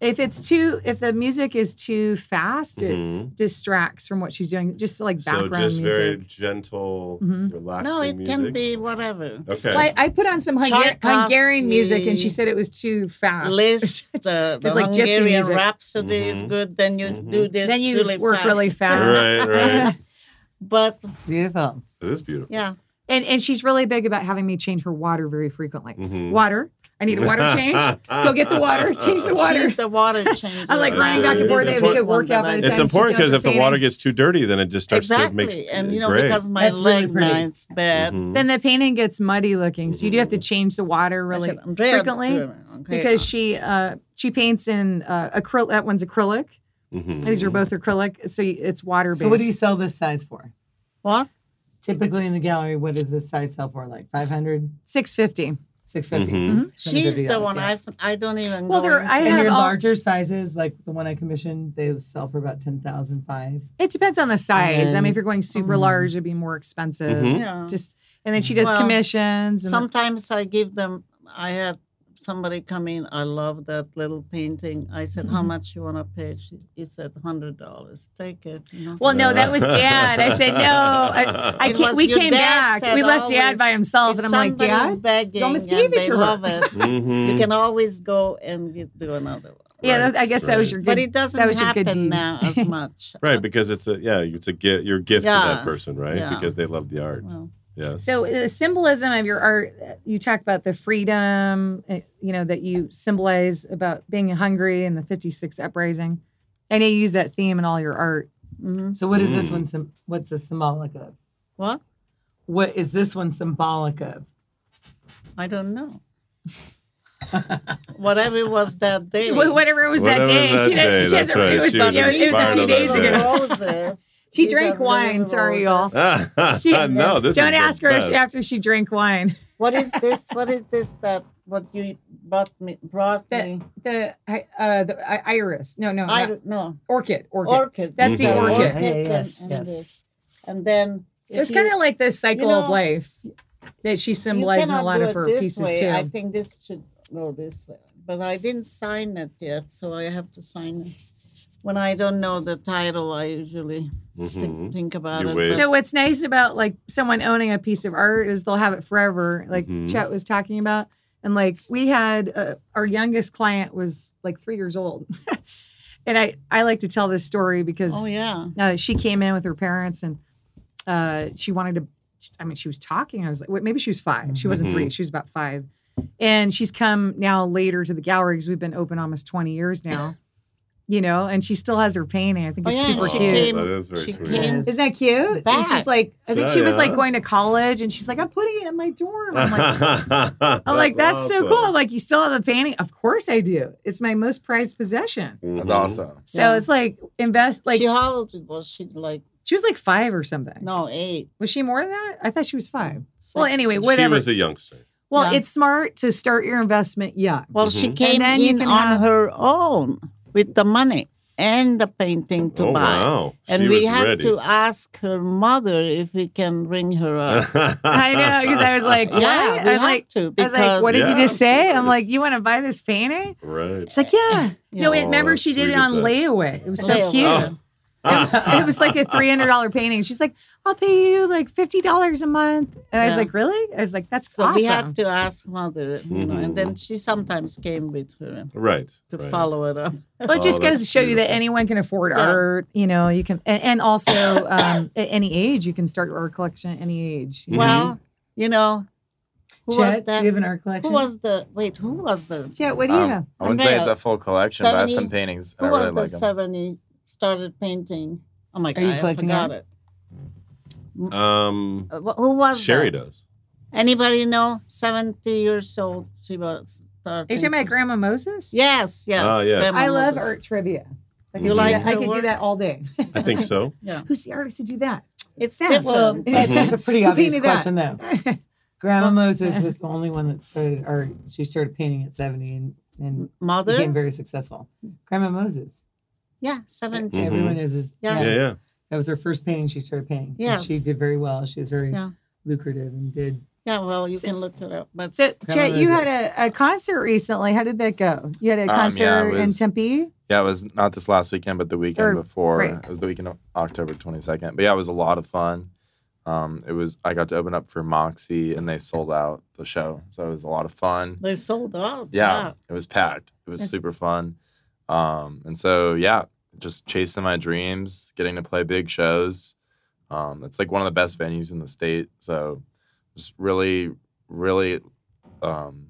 [SPEAKER 4] If it's too if the music is too fast, it
[SPEAKER 3] Mhm.
[SPEAKER 4] distracts from what she's doing. Just like
[SPEAKER 3] So
[SPEAKER 4] background
[SPEAKER 3] just
[SPEAKER 4] music.
[SPEAKER 3] very gentle,
[SPEAKER 4] Mhm.
[SPEAKER 3] relaxing
[SPEAKER 5] No, it can
[SPEAKER 3] music.
[SPEAKER 5] be whatever.
[SPEAKER 3] Okay.
[SPEAKER 4] Well, I, I put on some Hungar- Hungarian music, and she
[SPEAKER 5] Tchaikovsky.
[SPEAKER 4] said it was too fast.
[SPEAKER 5] List the, the
[SPEAKER 4] Ah, It's like gypsy
[SPEAKER 5] Hungarian
[SPEAKER 4] music.
[SPEAKER 5] Rhapsody is
[SPEAKER 3] Mhm.
[SPEAKER 5] good. Then you
[SPEAKER 3] Mhm.
[SPEAKER 5] do this.
[SPEAKER 4] then you
[SPEAKER 5] really
[SPEAKER 4] work
[SPEAKER 5] fast.
[SPEAKER 4] really fast.
[SPEAKER 3] right,
[SPEAKER 4] [LAUGHS]
[SPEAKER 3] right.
[SPEAKER 5] But beautiful.
[SPEAKER 3] It is beautiful.
[SPEAKER 5] [LAUGHS] Yeah.
[SPEAKER 4] And and she's really big about having me change her water very frequently.
[SPEAKER 1] Mm-hmm.
[SPEAKER 3] Mhm.
[SPEAKER 4] Water. I need
[SPEAKER 1] [LAUGHS]
[SPEAKER 4] a
[SPEAKER 3] [LAUGHS]
[SPEAKER 4] water change. Go get the water. Change the water.
[SPEAKER 5] She's the [LAUGHS] water changer.
[SPEAKER 4] I'm like
[SPEAKER 3] That's
[SPEAKER 4] running back and
[SPEAKER 3] it.
[SPEAKER 4] forth. They
[SPEAKER 3] Important
[SPEAKER 4] could work out by the time.
[SPEAKER 3] It's
[SPEAKER 4] she's
[SPEAKER 3] important
[SPEAKER 4] done
[SPEAKER 3] because if the
[SPEAKER 4] performing.
[SPEAKER 3] water gets too dirty, then it just starts to make
[SPEAKER 5] Exactly. And you know,
[SPEAKER 3] gray.
[SPEAKER 5] because my
[SPEAKER 4] That's really
[SPEAKER 5] leg
[SPEAKER 4] pretty.
[SPEAKER 5] now it's bad.
[SPEAKER 3] Mhm.
[SPEAKER 4] then the painting gets muddy looking. So you do have
[SPEAKER 1] Mm-hmm.
[SPEAKER 4] to change the water
[SPEAKER 5] I
[SPEAKER 4] really
[SPEAKER 5] said, "Andrea,
[SPEAKER 4] frequently
[SPEAKER 5] okay,
[SPEAKER 4] because she uh, she paints in uh, acrylic. That one's acrylic.
[SPEAKER 3] Mhm.
[SPEAKER 4] These are both acrylic, so y- it's water based.
[SPEAKER 1] Mm-hmm. So what do you sell this size for?
[SPEAKER 5] what?
[SPEAKER 1] Typically in the gallery, what does this size sell for? Like 500,
[SPEAKER 4] Six fifty.
[SPEAKER 1] 650?
[SPEAKER 3] Mhm.
[SPEAKER 5] Mm-hmm. She's the one
[SPEAKER 1] yeah.
[SPEAKER 5] I've, I don't even
[SPEAKER 4] Well,
[SPEAKER 5] go
[SPEAKER 4] there
[SPEAKER 5] in.
[SPEAKER 4] I
[SPEAKER 1] And
[SPEAKER 4] have
[SPEAKER 1] your
[SPEAKER 4] all-
[SPEAKER 1] larger sizes, like the one I commissioned, they sell for about 10,005.
[SPEAKER 4] It depends on the size. I mean, if
[SPEAKER 1] And-
[SPEAKER 4] you're going super
[SPEAKER 1] Mhm.
[SPEAKER 4] large, it'd be more expensive.
[SPEAKER 1] Mm-hmm.
[SPEAKER 3] Mhm.
[SPEAKER 5] Yeah.
[SPEAKER 4] Just and then she does
[SPEAKER 5] Well,
[SPEAKER 4] commissions. And
[SPEAKER 5] Sometimes I give them. I had somebody come in. I love that little painting. I said, "How
[SPEAKER 4] Mhm.
[SPEAKER 5] much you want to pay?" She, he said, hundred dollars. Take it." You know?
[SPEAKER 4] well,
[SPEAKER 1] [LAUGHS]
[SPEAKER 4] no, that was Dad. I said no. I,
[SPEAKER 3] [LAUGHS]
[SPEAKER 4] I
[SPEAKER 5] It
[SPEAKER 4] can't.
[SPEAKER 5] was
[SPEAKER 4] We
[SPEAKER 5] your
[SPEAKER 4] came
[SPEAKER 5] dad
[SPEAKER 4] back.
[SPEAKER 5] said
[SPEAKER 4] We left Dad
[SPEAKER 5] always,
[SPEAKER 4] by himself,
[SPEAKER 5] If
[SPEAKER 4] and I'm like,
[SPEAKER 5] somebody's
[SPEAKER 4] Dad.
[SPEAKER 5] begging
[SPEAKER 4] almost
[SPEAKER 5] and
[SPEAKER 4] gave it
[SPEAKER 5] they
[SPEAKER 4] to her." Mm-hmm.
[SPEAKER 5] love it.
[SPEAKER 3] Mhm.
[SPEAKER 5] You can always go and get, do another one.
[SPEAKER 4] Yeah, that- I
[SPEAKER 3] Right,
[SPEAKER 4] guess that was
[SPEAKER 3] right.
[SPEAKER 4] your good.
[SPEAKER 5] But it doesn't
[SPEAKER 4] was your good deed.
[SPEAKER 5] happen now
[SPEAKER 4] [LAUGHS]
[SPEAKER 5] as much.
[SPEAKER 3] Right, because it's a yeah, it's a gift. Your gift to
[SPEAKER 5] Yeah.
[SPEAKER 3] that person, right?
[SPEAKER 5] Yeah.
[SPEAKER 3] Because they love the art.
[SPEAKER 5] Well,
[SPEAKER 3] Yes.
[SPEAKER 4] So the symbolism of your art, uh, you talk about the freedom, eh, you know, that you symbolize about being hungry and the 56 uprising. I know you use that theme in all your art.
[SPEAKER 5] mhm.
[SPEAKER 1] So what is this
[SPEAKER 3] Mm.
[SPEAKER 1] one? Sim- what's this symbolic of?
[SPEAKER 5] What?
[SPEAKER 1] What is this one symbolic of?
[SPEAKER 5] I don't know. Whatever it was
[SPEAKER 4] [LAUGHS]
[SPEAKER 5] that day.
[SPEAKER 4] Wh- Whatever it was
[SPEAKER 3] Whatever
[SPEAKER 4] that day,
[SPEAKER 3] that
[SPEAKER 4] she, didn't-
[SPEAKER 3] day,
[SPEAKER 4] she
[SPEAKER 3] that's
[SPEAKER 4] hasn't
[SPEAKER 3] right.
[SPEAKER 4] it was,
[SPEAKER 3] She was
[SPEAKER 4] it was a
[SPEAKER 3] inspired
[SPEAKER 4] few
[SPEAKER 3] on
[SPEAKER 4] days
[SPEAKER 3] that
[SPEAKER 4] ago.
[SPEAKER 3] day. [LAUGHS]
[SPEAKER 5] Roses.
[SPEAKER 4] She
[SPEAKER 5] These
[SPEAKER 4] drank
[SPEAKER 5] are
[SPEAKER 4] wine.
[SPEAKER 5] little
[SPEAKER 4] Sorry,
[SPEAKER 5] roses.
[SPEAKER 4] y'all. [LAUGHS] She-
[SPEAKER 3] no, this
[SPEAKER 4] Don't
[SPEAKER 3] is the
[SPEAKER 4] ask her if
[SPEAKER 3] best.
[SPEAKER 4] she- after she drank wine.
[SPEAKER 5] What is this? What is this that what you brought me? Brought
[SPEAKER 4] That-
[SPEAKER 5] me?
[SPEAKER 4] The uh, the iris. No, no,
[SPEAKER 5] I don't know.
[SPEAKER 4] orchid. Orchid.
[SPEAKER 5] Orchid.
[SPEAKER 4] That's the
[SPEAKER 5] Yeah,
[SPEAKER 4] orchid.
[SPEAKER 5] orchids
[SPEAKER 1] Yeah, yeah,
[SPEAKER 5] and-
[SPEAKER 1] yes,
[SPEAKER 5] and
[SPEAKER 1] yes.
[SPEAKER 5] this. And then if
[SPEAKER 4] it's
[SPEAKER 5] you-
[SPEAKER 4] kind of like this cycle
[SPEAKER 5] you
[SPEAKER 4] of
[SPEAKER 5] know,
[SPEAKER 4] life that she
[SPEAKER 5] you
[SPEAKER 4] symbolized in a
[SPEAKER 5] cannot
[SPEAKER 4] lot
[SPEAKER 5] do
[SPEAKER 4] of
[SPEAKER 5] it
[SPEAKER 4] her
[SPEAKER 5] this
[SPEAKER 4] pieces
[SPEAKER 5] way.
[SPEAKER 4] too.
[SPEAKER 5] I think this should go this, way. but I didn't sign it yet, so I have to sign it. When I don't know the title, I usually
[SPEAKER 3] Mhm.
[SPEAKER 5] think, think about
[SPEAKER 3] You
[SPEAKER 5] it.
[SPEAKER 3] wait.
[SPEAKER 5] but-
[SPEAKER 4] So what's nice about like someone owning a piece of art is they'll have it forever, like
[SPEAKER 3] Mhm.
[SPEAKER 4] Chet was talking about. And like we had uh, our youngest client was like three years old, [LAUGHS] and I I like to tell this story because
[SPEAKER 5] Oh yeah.
[SPEAKER 4] uh, she came in with her parents and uh, she wanted to. I mean, she was talking. I was like, wait, maybe she was five. She wasn't three. She was about five, and she's come now later to the gallery because we've been open almost twenty years now. You know, and she still has her painting. I think
[SPEAKER 5] Oh,
[SPEAKER 4] it's
[SPEAKER 5] yeah,
[SPEAKER 4] super
[SPEAKER 5] she
[SPEAKER 4] cute.
[SPEAKER 5] came-
[SPEAKER 3] That is very
[SPEAKER 5] she
[SPEAKER 3] sweet.
[SPEAKER 5] came-
[SPEAKER 4] Isn't that cute? And she's
[SPEAKER 5] Back.
[SPEAKER 4] like, I think she was like
[SPEAKER 3] Yeah.
[SPEAKER 4] going to college, and she's like, I'm putting it in my dorm. I'm
[SPEAKER 3] [LAUGHS]
[SPEAKER 4] like, I'm like, that's so cool. I'm like, you still have the painting? Of course I do. It's my most prized possession.
[SPEAKER 2] [LAUGHS] That's
[SPEAKER 3] Mhm.
[SPEAKER 2] awesome.
[SPEAKER 4] So
[SPEAKER 5] Yeah.
[SPEAKER 4] it's like invest. Like
[SPEAKER 5] she,
[SPEAKER 4] she,
[SPEAKER 5] how old was she? Like
[SPEAKER 4] was like five or something.
[SPEAKER 5] no, eight.
[SPEAKER 4] Was she more than that? I thought she was five. Well,
[SPEAKER 5] six.
[SPEAKER 4] anyway,
[SPEAKER 3] She
[SPEAKER 4] whatever.
[SPEAKER 3] was a youngster.
[SPEAKER 4] well,
[SPEAKER 5] Yeah.
[SPEAKER 4] it's smart to start your investment. Yeah.
[SPEAKER 5] Well, she
[SPEAKER 3] Mhm.
[SPEAKER 5] came
[SPEAKER 4] And then you
[SPEAKER 5] in
[SPEAKER 4] can
[SPEAKER 5] on
[SPEAKER 4] have-
[SPEAKER 5] her own with the money and the painting to
[SPEAKER 3] oh
[SPEAKER 5] buy.
[SPEAKER 3] wow.
[SPEAKER 5] And
[SPEAKER 3] she
[SPEAKER 5] we
[SPEAKER 3] was
[SPEAKER 5] had
[SPEAKER 3] ready.
[SPEAKER 5] to ask her mother if we can bring
[SPEAKER 3] [LAUGHS]
[SPEAKER 5] her up.
[SPEAKER 4] uh, I know because I was like,
[SPEAKER 5] yeah,
[SPEAKER 4] what?
[SPEAKER 5] we
[SPEAKER 4] I was
[SPEAKER 5] had
[SPEAKER 4] like,
[SPEAKER 5] to
[SPEAKER 4] I was
[SPEAKER 5] because
[SPEAKER 4] like, what did you
[SPEAKER 3] Yeah,
[SPEAKER 4] just
[SPEAKER 3] of
[SPEAKER 4] say? I'm
[SPEAKER 3] course.
[SPEAKER 4] like, you want to buy this painting?
[SPEAKER 3] right.
[SPEAKER 4] She's like, yeah. No,
[SPEAKER 5] Yeah.
[SPEAKER 4] wait,
[SPEAKER 3] Oh,
[SPEAKER 4] remember
[SPEAKER 3] that's
[SPEAKER 4] she did
[SPEAKER 3] sweet
[SPEAKER 4] it
[SPEAKER 3] as
[SPEAKER 4] on
[SPEAKER 3] that.
[SPEAKER 4] layaway. It was so
[SPEAKER 5] Layaway.
[SPEAKER 4] cute.
[SPEAKER 5] Oh.
[SPEAKER 4] It
[SPEAKER 3] Ah.
[SPEAKER 4] was, it was like a three hundred dollar painting. She's like, "I'll pay you like fifty dollars a month," and I was
[SPEAKER 5] Yeah.
[SPEAKER 4] like, "Really?" I was like, "That's
[SPEAKER 5] So
[SPEAKER 4] awesome."
[SPEAKER 5] we had to ask mother, you know,
[SPEAKER 3] Mhm.
[SPEAKER 5] and then she sometimes came with her
[SPEAKER 3] right.
[SPEAKER 5] to
[SPEAKER 3] right.
[SPEAKER 5] follow it up.
[SPEAKER 4] well, it just
[SPEAKER 3] Oh,
[SPEAKER 4] goes
[SPEAKER 3] that's
[SPEAKER 4] to show you that
[SPEAKER 3] beautiful.
[SPEAKER 4] anyone can afford
[SPEAKER 5] Yeah.
[SPEAKER 4] art. You know, you can, and, and also um, at any age, you can start your art collection at any age.
[SPEAKER 5] Mm-hmm.
[SPEAKER 4] you know?
[SPEAKER 5] Well, you know, who was
[SPEAKER 1] Chet, do
[SPEAKER 5] that?
[SPEAKER 1] you have an art collection?
[SPEAKER 5] who was the wait? Who was the
[SPEAKER 4] Jet, what do you
[SPEAKER 2] Um,
[SPEAKER 4] have?
[SPEAKER 2] I wouldn't say it's
[SPEAKER 5] Andrea,
[SPEAKER 2] a full collection, but I have some
[SPEAKER 5] 70
[SPEAKER 2] paintings.
[SPEAKER 5] who
[SPEAKER 2] And I really
[SPEAKER 5] was the
[SPEAKER 2] like them.
[SPEAKER 5] seventy started painting? Oh my
[SPEAKER 1] Are
[SPEAKER 5] god,
[SPEAKER 1] you
[SPEAKER 5] I
[SPEAKER 1] collecting
[SPEAKER 5] forgot
[SPEAKER 1] art?
[SPEAKER 5] it.
[SPEAKER 3] Um,
[SPEAKER 5] Uh, wh- who was
[SPEAKER 3] Sherry
[SPEAKER 5] that?
[SPEAKER 3] does.
[SPEAKER 5] Anybody know? Seventy years old, she was
[SPEAKER 4] Are
[SPEAKER 5] starting.
[SPEAKER 4] you talking about Grandma Moses?
[SPEAKER 5] Yes, yes.
[SPEAKER 3] Ah, yes.
[SPEAKER 5] Grandma
[SPEAKER 4] I love
[SPEAKER 5] Moses.
[SPEAKER 4] art trivia. I could
[SPEAKER 3] You
[SPEAKER 4] do
[SPEAKER 3] like
[SPEAKER 4] that- I
[SPEAKER 5] her
[SPEAKER 4] could do
[SPEAKER 5] work?
[SPEAKER 4] that all day. [LAUGHS]
[SPEAKER 3] I think so.
[SPEAKER 4] Who's the artist to do that?
[SPEAKER 5] It's
[SPEAKER 4] Them.
[SPEAKER 5] different.
[SPEAKER 4] [LAUGHS]
[SPEAKER 3] Mm-hmm.
[SPEAKER 1] well, that- that's a pretty
[SPEAKER 4] Who painted
[SPEAKER 1] obvious question, though. Grandma Moses was the only one that started art. She started painting at 70 and, and became
[SPEAKER 5] Mother?
[SPEAKER 1] very successful. Grandma Moses.
[SPEAKER 5] Yeah, 17.
[SPEAKER 2] Mm-hmm.
[SPEAKER 3] Mhm.
[SPEAKER 1] Everyone knows is
[SPEAKER 5] Yeah.
[SPEAKER 3] Yeah, yeah.
[SPEAKER 1] That was her first painting she started painting. Yeah,
[SPEAKER 5] Yes.
[SPEAKER 1] she did very well. She was very
[SPEAKER 5] Yeah.
[SPEAKER 1] lucrative and did.
[SPEAKER 3] Mm-hmm.
[SPEAKER 5] Yeah, well, you can look it up. But
[SPEAKER 4] So, Chet, you
[SPEAKER 1] Grandma
[SPEAKER 4] had a, a concert recently. How did that go? You had a
[SPEAKER 2] Um, yeah, it
[SPEAKER 4] concert in
[SPEAKER 2] was-
[SPEAKER 4] Tempe.
[SPEAKER 2] Yeah, it was not this last weekend, but the weekend
[SPEAKER 4] Or
[SPEAKER 2] before.
[SPEAKER 4] break.
[SPEAKER 2] It was the weekend of October 22nd. But yeah, it was a lot of fun. Um, it was I got to open up for Moxie and they sold out the show. So it was a lot of fun.
[SPEAKER 5] they sold out.
[SPEAKER 2] Yeah, it was packed. It was
[SPEAKER 4] That's-
[SPEAKER 2] super fun. Um, and so yeah, just chasing my dreams, getting to play big shows. Um, it's like one of the best venues in the state. So just really, really um,